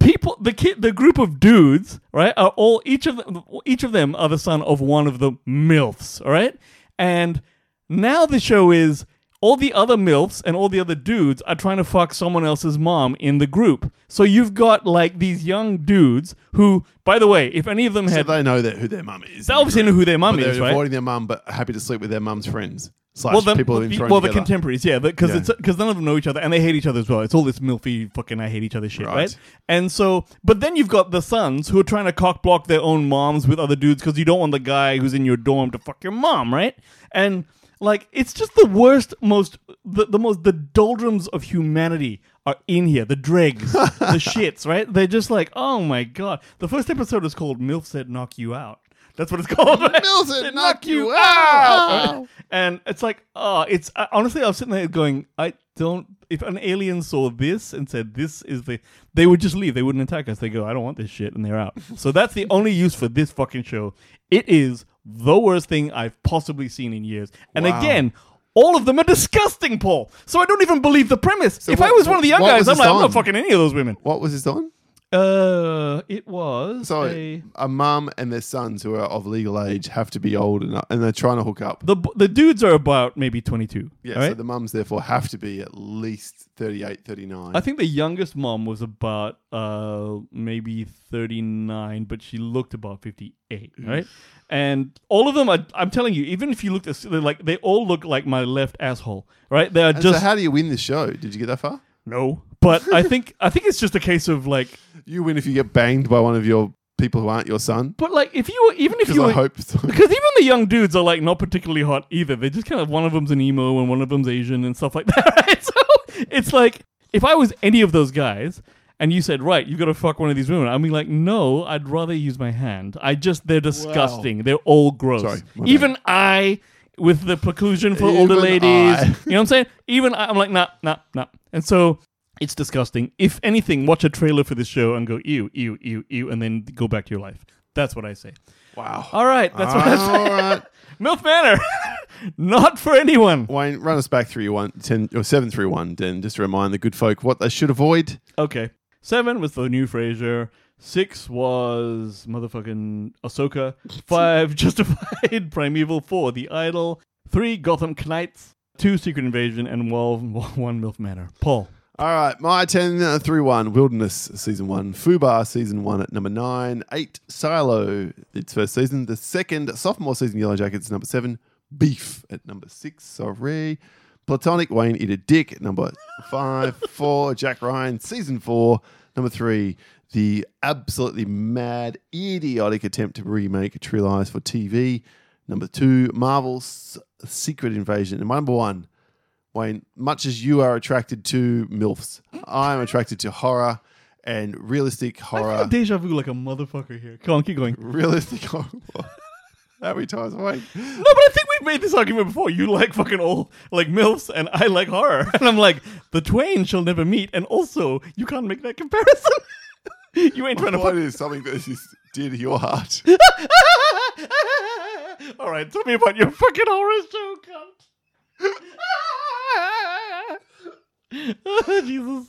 people, the kid, the group of dudes, right, are all each of them, each of them are the son of one of the milfs. All right, and now the show is all the other milfs and all the other dudes are trying to fuck someone else's mom in the group. So you've got like these young dudes who, by the way, if any of them
so
had,
they know that who their mum is.
they obviously know who their mum
But they're
is, right?
avoiding their mum, but happy to sleep with their mum's friends. Slash
well, the,
people
well,
who've
the-
been thrown
well, the
together.
contemporaries, yeah, because
Yeah.
because none of them know each other and they hate each other as well. It's all this milfy fucking I hate each other shit, right?
Right.
And so, but then you've got the sons who are trying to cock block their own moms with other dudes because you don't want the guy who's in your dorm to fuck your mom, right? And like, it's just the worst, most the, the most the doldrums of humanity are in here. The dregs, the shits, right? They're just like, oh my god. The first episode is called "Milf Said Knock You Out." That's what it's called. right?
Milf said
Said
knock you out.
Right? and it's like, oh, it's I, honestly, I was sitting there going, I don't. If an alien saw this and said, "This is the," they would just leave. They wouldn't attack us. They go, "I don't want this shit," and they're out. So that's the only use for this fucking show. It is the worst thing I've possibly seen in years. And
Wow.
again. All of them are disgusting, Paul. So I don't even believe the premise. if
what-
I was one of the young
what
guys,
was
I'm
this
like, I'm
on?
not fucking any of those women.
What was this on?
Uh, it was
So
a-
a mum and their sons who are of legal age have to be old enough, and they're trying to hook up.
the the dudes are about maybe 22.
Yeah,
all right?
so the mums therefore have to be at least 38, 39.
I think the youngest mom was about uh maybe 39, but she looked about 58, right? And all of them are I'm telling you, even if you looked at they're like they all look like my left asshole, right? They are
And
just
so how do you win this show? Did you get that far?
no. But I think I think it's just a case of like
You win if you get banged by one of your people who aren't your son.
but like if you were even if
Because
you
I
were,
hope so.
because even the young dudes are like not particularly hot either. They're just kind of one of them's an emo and one of them's Asian and stuff like that. Right? So it's like if I was any of those guys and you said, "Right, you got to fuck one of these women," I'd be like, "No, I'd rather use my hand. I just they're disgusting. They're all gross.
Sorry, my bad.
even I." With the preclusion for older
Even
ladies,
I.
you know what I'm saying? Even I, I'm like, nah, nah, nah. And so it's disgusting. If anything, watch a trailer for this show and go, ew, ew, ew, ew, and then go back to your life. That's what I say.
Wow.
All right, that's what I say.
All right.
MILF Manor, not for anyone.
Wayne, run us back through your one, 10, or seven through one, then just to remind the good folk what they should avoid.
Okay, seven was the new Frasier. Six was motherfucking Ahsoka. Five, Justified. Primeval. Four, The Idol. Three, Gotham Knights. Two, Secret Invasion, and well, one MILF Manor. Paul.
All right, my 10 uh, through 1, Wilderness Season 1, Fubar Season 1 at number 9, 8, Silo, its first season, the second, Sophomore Season Yellow Jackets, number 7, Beef at number 6, sorry, Platonic Wayne Eat a Dick at number 5, 4, Jack Ryan Season 4, number 3, the absolutely mad, idiotic attempt to remake True Lies for TV, number 2, Marvel's Secret Invasion, and my number 1, Wayne, much as you are attracted to MILFs, I'm attracted to horror and realistic
I feel
horror.
deja vu like a motherfucker here. Come on, keep going. No,
realistic horror. How many times, Wayne?
but I think we've made this argument before. You like fucking all like MILFs, and I like horror. And I'm like, the twain shall never meet, and also, you can't make that comparison. you ain't trying to fuck
What is something that is dear to your heart?
All right, tell me about your fucking horror show, cunt. Jesus.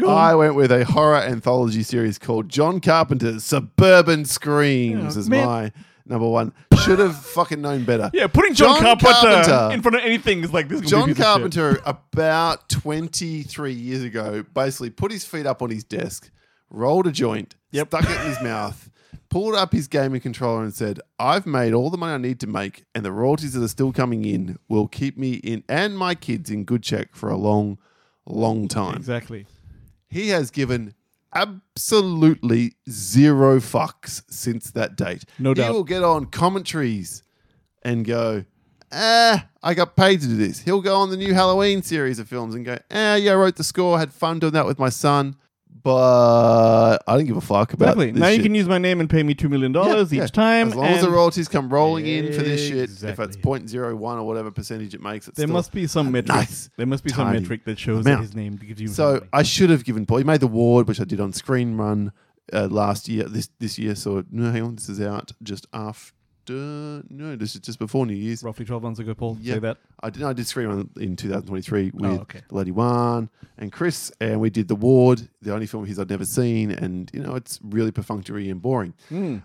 Go on.
I went with a horror anthology series called John Carpenter's Suburban Screams
Yeah,
as
man.
my number one. Should have fucking known better.
yeah, putting John,
John
Carpenter,
Carpenter.
in front of anything is like this. is gonna
John
be the shit.
Carpenter, about 23 years ago, basically put his feet up on his desk, rolled a joint, stuck it in his mouth, pulled up his gaming controller, and said, I've made all the money I need to make, and the royalties that are still coming in will keep me in and my kids in good check for a long, long time.
Exactly.
He has given absolutely zero fucks since that date.
No doubt.
He will get on commentaries and go, ah, I got paid to do this. He'll go on the new Halloween series of films and go, ah, yeah, I wrote the score, had fun doing that with my son, but I don't give a fuck about
Exactly.
this
Now you
shit."
can use my name and pay me $2 million
Yeah,
each
yeah.
time.
As long as the
and
royalties come rolling in for this shit, if
Exactly.
it's 0.01 or whatever percentage it makes, it's
There
still
must be some metric.
nice,
there must be some
tidy
metric that shows that
amount.
his name gives you.
So
money.
I should have given Paul. He made the ward, which I did on Screen Run. uh, last year, this this year. So no, hang on, this is out just after. No, this is just before New Year's.
Roughly 12 months ago, Paul.
Yeah.
Say that. Oh,
I did. I did Scream on- in 2023 with
okay.
the Lady One and Chris, and we did The Ward, the only film of his I'd never seen, and you know it's really perfunctory and boring.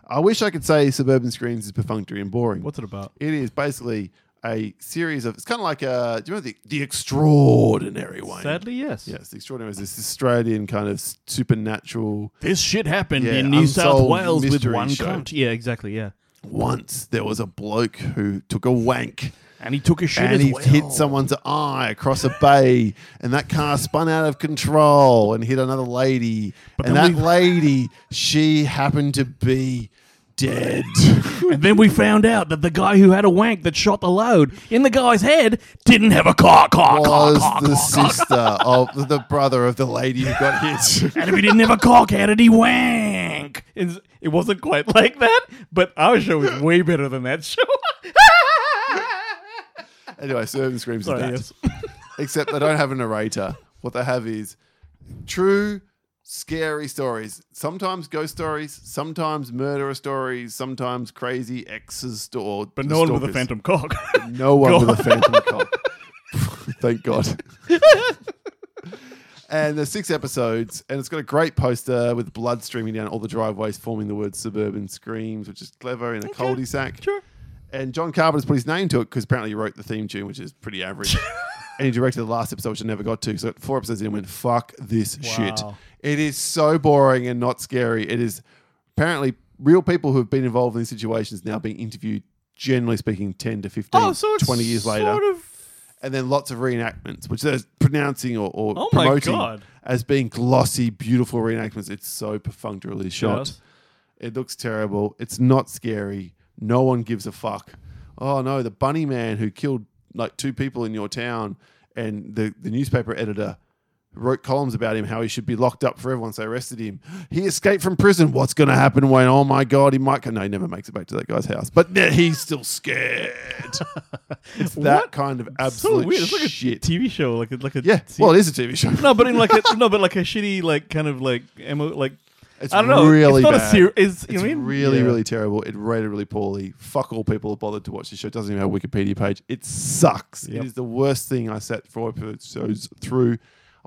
I wish I could say Suburban Screams is perfunctory and boring.
Hmm. What's it about?
It is basically a series of. It's kind of like a. Do you remember the, the Extraordinary Wayne?
Sadly, yes.
Yes, the Extraordinary is this Australian kind of supernatural.
This shit happened
Yeah,
in New South
unsolved
Wales with
mystery
one
show.
cunt. Yeah, exactly. Yeah.
Once there was a bloke who took a wank.
And he took a shit
and
as
he
well.
hit someone's eye across a bay, and that car spun out of control and hit another lady. and
then
that lady, she happened to be dead.
And then we found out that the guy who had a wank that shot the load in the guy's head didn't have a car, car, car,
was
car,
the
car, car.
sister of the brother of the lady who got hit.
And if he didn't have a cock, how did he wank? It's, it wasn't quite like that, but our show is way better than that show.
anyway, Servant Screams
Sorry,
is that.
yes.
Except they don't have a narrator. What they have is true scary stories. Sometimes ghost stories, sometimes murderer stories, sometimes crazy exes stories.
But no one with a phantom cock.
No one
God.
with a phantom cop. Thank God. and there's six episodes, and it's got a great poster with blood streaming down all the driveways, forming the word "suburban screams," which is clever in a cul-de-sac.
Sure.
And John Carpenter's put his name to it because apparently he wrote the theme tune, which is pretty average. and he directed the last episode, which I never got to. So four episodes in, and went fuck this shit.
Wow.
It is so boring and not scary. It is apparently real people who have been involved in these situations now being interviewed. Generally speaking, ten to 15,
Oh, so it's
20 years
sort
later,
of
and then lots of reenactments, which they're pronouncing or, or
Oh my
promoting
God.
as being glossy, beautiful reenactments. It's so perfunctorily shot.
Yes.
It looks terrible. It's not scary. No one gives a fuck. Oh no, the bunny man who killed like two people in your town and the, the newspaper editor wrote columns about him, how he should be locked up forever once they arrested him. He escaped from prison. What's gonna happen when oh my god, he might no, he never makes it back to that guy's house. But yeah, he's still scared. it's that
What?
kind of absolute
so weird. It's like a
shit.
TV show, like a, like a
yeah.
se-
Well it is a TV show.
no, but in like a, no, but like a shitty like kind of like emo like
It's
I don't know.
really
it's not
bad.
a serious. It's, you
It's
know what I mean?
really,
Yeah.
really terrible. It rated really poorly. Fuck all people who bothered to watch this show. It doesn't even have a Wikipedia page. It sucks.
Yep.
It is the worst thing I sat four episodes through.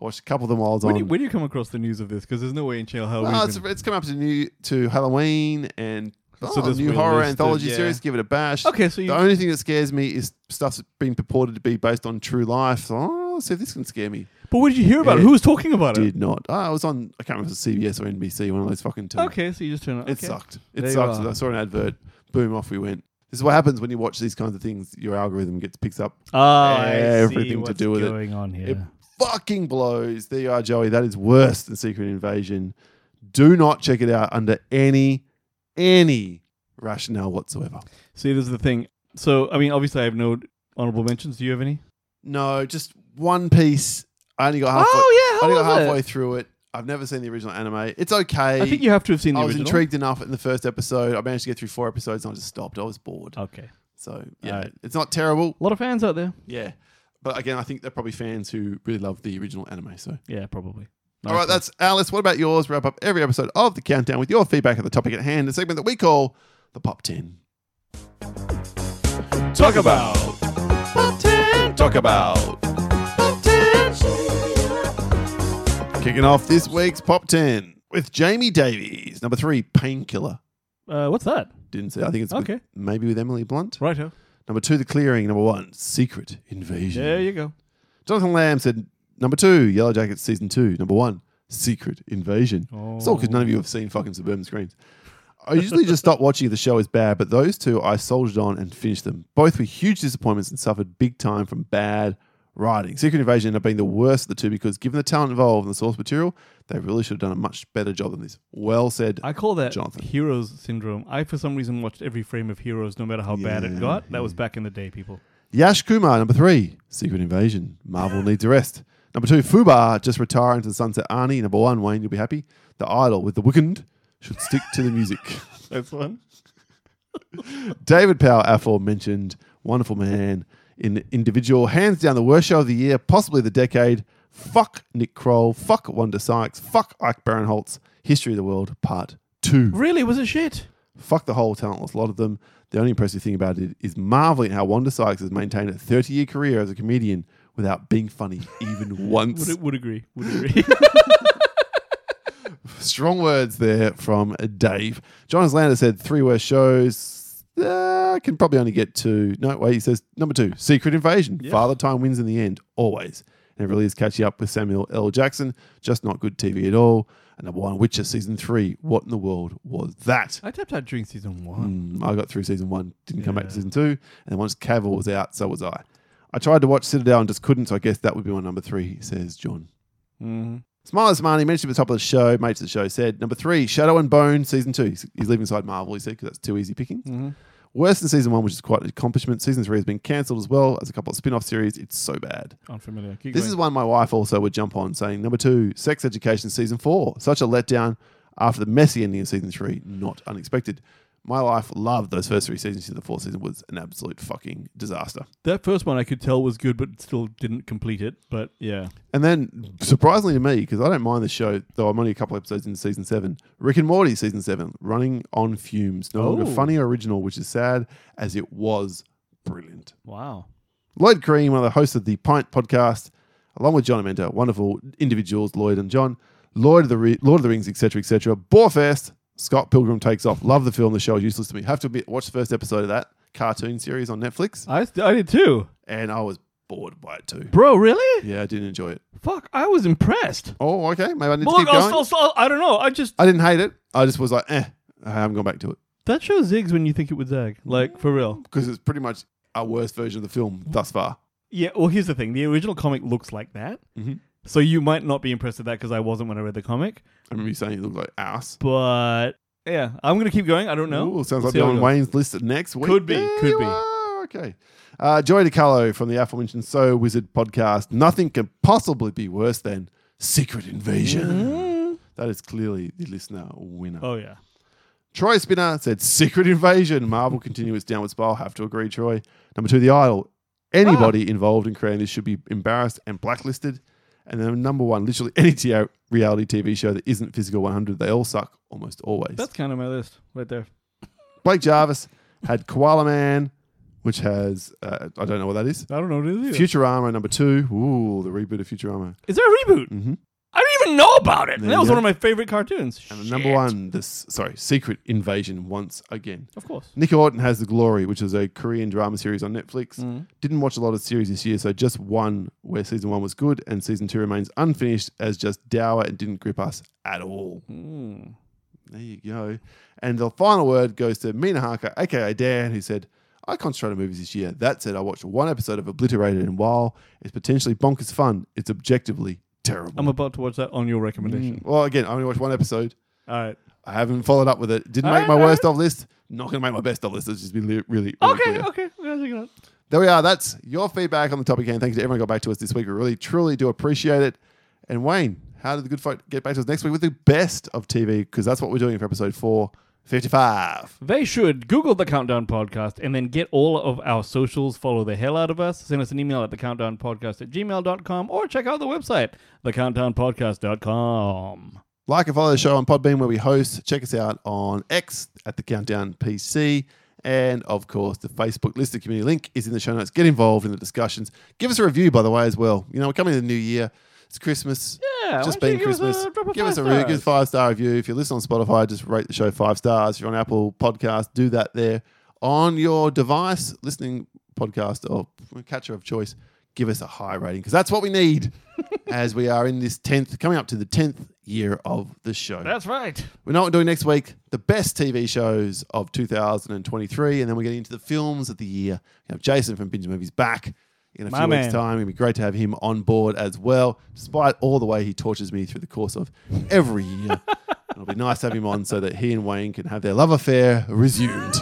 I watched a couple of them while I was
When
on.
do, you, when do you come across the news of this? Because there's no way in Channel how
Well,
we
Ah, it's, it's come up to new to Halloween and
So
oh,
there's
new
real
horror
list of-
anthology
yeah.
series. Give it a bash.
Okay, so you-
the only thing that scares me is stuff that's been purported to be based on true life. So, oh, see if this can scare me.
But what did you hear about?
Yeah.
it? Who was talking about it?
Did not. Oh, I was on. I can't remember if it was CBS or NBC. One of those fucking two.
Okay, so you just turn it.
It
okay.
sucked. It
There you
sucked.
are.
I saw an advert. Boom, off we went. This is what happens when you watch these kinds of things. Your algorithm gets picks up
Oh, I see
everything to
what's
do with it.
going on here.
It fucking blows. There you are, Joey. That is worse than Secret Invasion. Do not check it out under any any rationale whatsoever.
See, this is the thing. So, I mean, obviously, I have no honorable mentions. Do you have any?
No, just one piece. I only got halfway.
Oh, yeah, how
I only got
was
halfway
it?
through it. I've never seen the original anime. It's okay.
I think you have to have seen the
I was
original.
intrigued enough in the first episode. I managed to get through four episodes and I just stopped. I was bored.
Okay,
So yeah,
Alright.
it's not terrible.
a lot of fans out there.
Yeah, but again, I think they're probably fans who really love the original anime. So
Yeah, probably.
all right, that's Alice. What about yours? Wrap up every episode of the countdown with your feedback on the topic at hand, a segment that we call the Pop Ten. Talk about Pop Ten. Talk about Pop Ten. Kicking off this week's Pop Ten with Jamie Davies, number three, Painkiller.
Uh, what's that?
Didn't say. I think it's with-
Okay.
maybe with Emily Blunt.
Righto.
Number two, The Clearing. Number one, Secret Invasion.
There you go.
Jonathan Lamb said number two, Yellow Jackets season two. Number one, Secret Invasion. It's all because none of you have seen fucking Suburban Screams. I usually just stop watching if the show is bad, but those two I soldiered on and finished them. Both were huge disappointments and suffered big time from bad writing. Secret Invasion ended up being the worst of the two because, given the talent involved and the source material, they really should have done a much better job than this. Well said.
I call that
Jonathan.
Heroes syndrome. I, for some reason, watched every frame of Heroes, no matter how bad
Yeah,
it got. That was back in the day, people.
Yash Kumar, number three, Secret Invasion. Marvel needs a rest. Number two, Fubar, just retire into the sunset. Arnie, number one, Wayne, you'll be happy. The Idol with the Weekend should stick to the music.
That's one.
David Powell, aforementioned, wonderful man in individual, hands down the worst show of the year, possibly the decade. Fuck Nick Kroll. Fuck Wanda Sykes. Fuck Ike Barinholtz. History of the World Part 2.
Really, was it shit?
Fuck the whole talentless lot of them. The only impressive thing about it is marveling at how Wanda Sykes has maintained a 30 year career as a comedian without being funny even once.
Would, would agree. Would agree.
Strong words there from Dave. Jonas Lander said three worst shows. Uh, I can probably only get to. No, wait, he says number two Secret Invasion. Father Time wins in the end, always. And it really is catching up with Samuel L. Jackson. Just not good TV at all. And number one, Witcher season three. What in the world was that?
I tapped out during season one.
Mm, I got through season one, didn't come back to season two, and once Cavill was out, so was I. I tried to watch Citadel and just couldn't, so I guess that would be my number three, says John.
Mm-hmm.
Smiler Smiley mentioned at the top of the show, mates of the show said, number three, Shadow and Bone, season two. He's, he's leaving aside Marvel, he said, because that's too easy picking.
Mm. Mm-hmm.
Worse than season one, which is quite an accomplishment. Season three has been cancelled as well as a couple of spin off series. It's so bad.
Unfamiliar. Keep
This
going.
is one my wife also would jump on, saying, number two, Sex Education season four. Such a letdown after the messy ending of season three. Not unexpected. My life loved those first three seasons. The fourth season was an absolute fucking disaster.
that first one I could tell was good, but still didn't complete it. But yeah,
And then, surprisingly to me, because I don't mind the show, though I'm only a couple episodes in season seven, Rick and Morty season seven, running on fumes. No longer
Oh.
funny or original, which is sad, as it was brilliant.
wow.
Lloyd Cream, one of the hosts of the Pint podcast, along with John Amenta, wonderful individuals, Lloyd and John, Lord of the Re- Lord of the Rings, etc., etc. Borefest, Scott Pilgrim takes off. Love the film. The show is useless to me. Have to admit, watch the first episode of that cartoon series on Netflix,
I, st- I did too,
and I was bored by it too.
bro. Really?
Yeah, I didn't enjoy it.
Fuck, I was impressed.
Oh, okay. Maybe I need to
Look,
keep
I'll,
going.
I'll, I'll, I don't know. I just
I didn't hate it. I just was like, eh. I haven't gone back to it
that show zigs when you think it would zag. Like for real.
because it's pretty much our worst version of the film thus far.
Yeah. Well, here's the thing: the original comic looks like that.
Mm-hmm.
So you might not be impressed with that because I wasn't when I read the comic.
I remember you saying it looked like ass.
But yeah, I'm gonna keep going. I don't know.
Ooh,
We'll
sounds like
see
they're
how it
on
goes.
Wayne's list next week.
Could be,
There
could
you
be.
are. Okay. Uh, Joy DiCarlo from the aforementioned So Wizard podcast. Nothing can possibly be worse than Secret
Mm-hmm.
Invasion. That is clearly the listener winner.
Mm. Oh yeah.
Troy Spinner said Secret Invasion. Marvel continue its downward spiral. Have to agree, Troy. Number two, The
Ah.
Idol. Anybody involved in creating this should be embarrassed and blacklisted. And then number one, literally any t- reality TV show that isn't Physical 100, they all suck almost always.
That's kind of my list right there.
Blake Jarvis had Koala Man, which has, uh, I don't know what that is.
I don't know what it is. either.
Futurama number two. Ooh, the reboot of Futurama.
Is there a reboot? I didn't even know about it.
Mm. There
that
you
was
go.
one of my favorite cartoons.
And the number one, this, sorry, Secret Invasion once again.
Of course.
Nick Orton has the glory, which is a Korean drama series on Netflix.
Mm.
Didn't watch a lot of series this year, so just one where season one was good and season two remains unfinished as just dour and didn't grip us at all.
Mm.
There you go. And the final word goes to Mina Harker, aka Dan, who said, I concentrate on movies this year. That said, I watched one episode of Obliterated, and while it's potentially bonkers fun, it's objectively terrible.
I'm about to watch that on your recommendation.
well, again, I only watched one episode.
All right.
I haven't followed up with it. Didn't make my
Alright,
worst of list. Not going to make my best of list. It's just been really, really, really
Okay,
clear.
okay. I'm gonna check it out.
There we are. That's your feedback on the topic, and thank you to everyone who got back to us this week. We really, truly do appreciate it. And Wayne, how did the good folk get back to us next week with the best of TV? Because that's what we're doing for episode 455.
They should Google the Countdown Podcast and then get all of our socials, follow the hell out of us, send us an email at thecountdownpodcast at gmail.com or check out the website, thecountdownpodcast.com.
Like and follow the show on Podbean where we host. Check us out on X at the Countdown PC. And of course, the Facebook listed community link is in the show notes. Get involved in the discussions. Give us a review, by the way, as well. You know, we're coming to the new year. It's Christmas.
Yeah,
It's just
why don't
been
you give us a-
Christmas.
drop a
give us a
five
really good
stars.
five star review. If you're listening on Spotify, just rate the show five stars. If you're on Apple Podcast, do that there. On your device, listening podcast or catcher of choice, give us a high rating because that's what we need as we are in this 10th, coming up to the 10th year of the show.
That's right.
we know what we're doing next week the best TV shows of 2023. And then we're getting into the films of the year. We have Jason from Binge Movies back. In a
My
few
man.
weeks' time, it'd be great to have him on board as well, despite all the way he tortures me through the course of every year. It'll be nice to have him on so that he and Wayne can have their love affair resumed.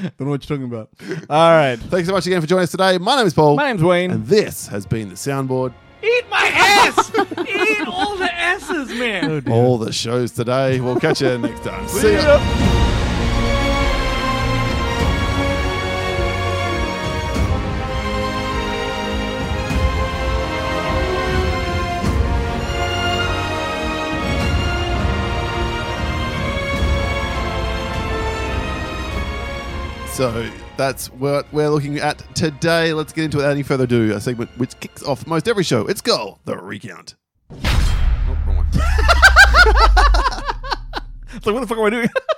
Don't know what you're talking about. All right.
Thanks so much again for joining us today. My name is Paul.
My name's Wayne.
and this has been the soundboard.
Eat my ass! Eat all the asses, man!
All the shows today. We'll catch you next time. See ya. So that's what we're looking at today. Let's get into it without any further ado. A segment which kicks off most every show. It's go the recount. Oh, wrong one.
It's like, what the fuck am I doing?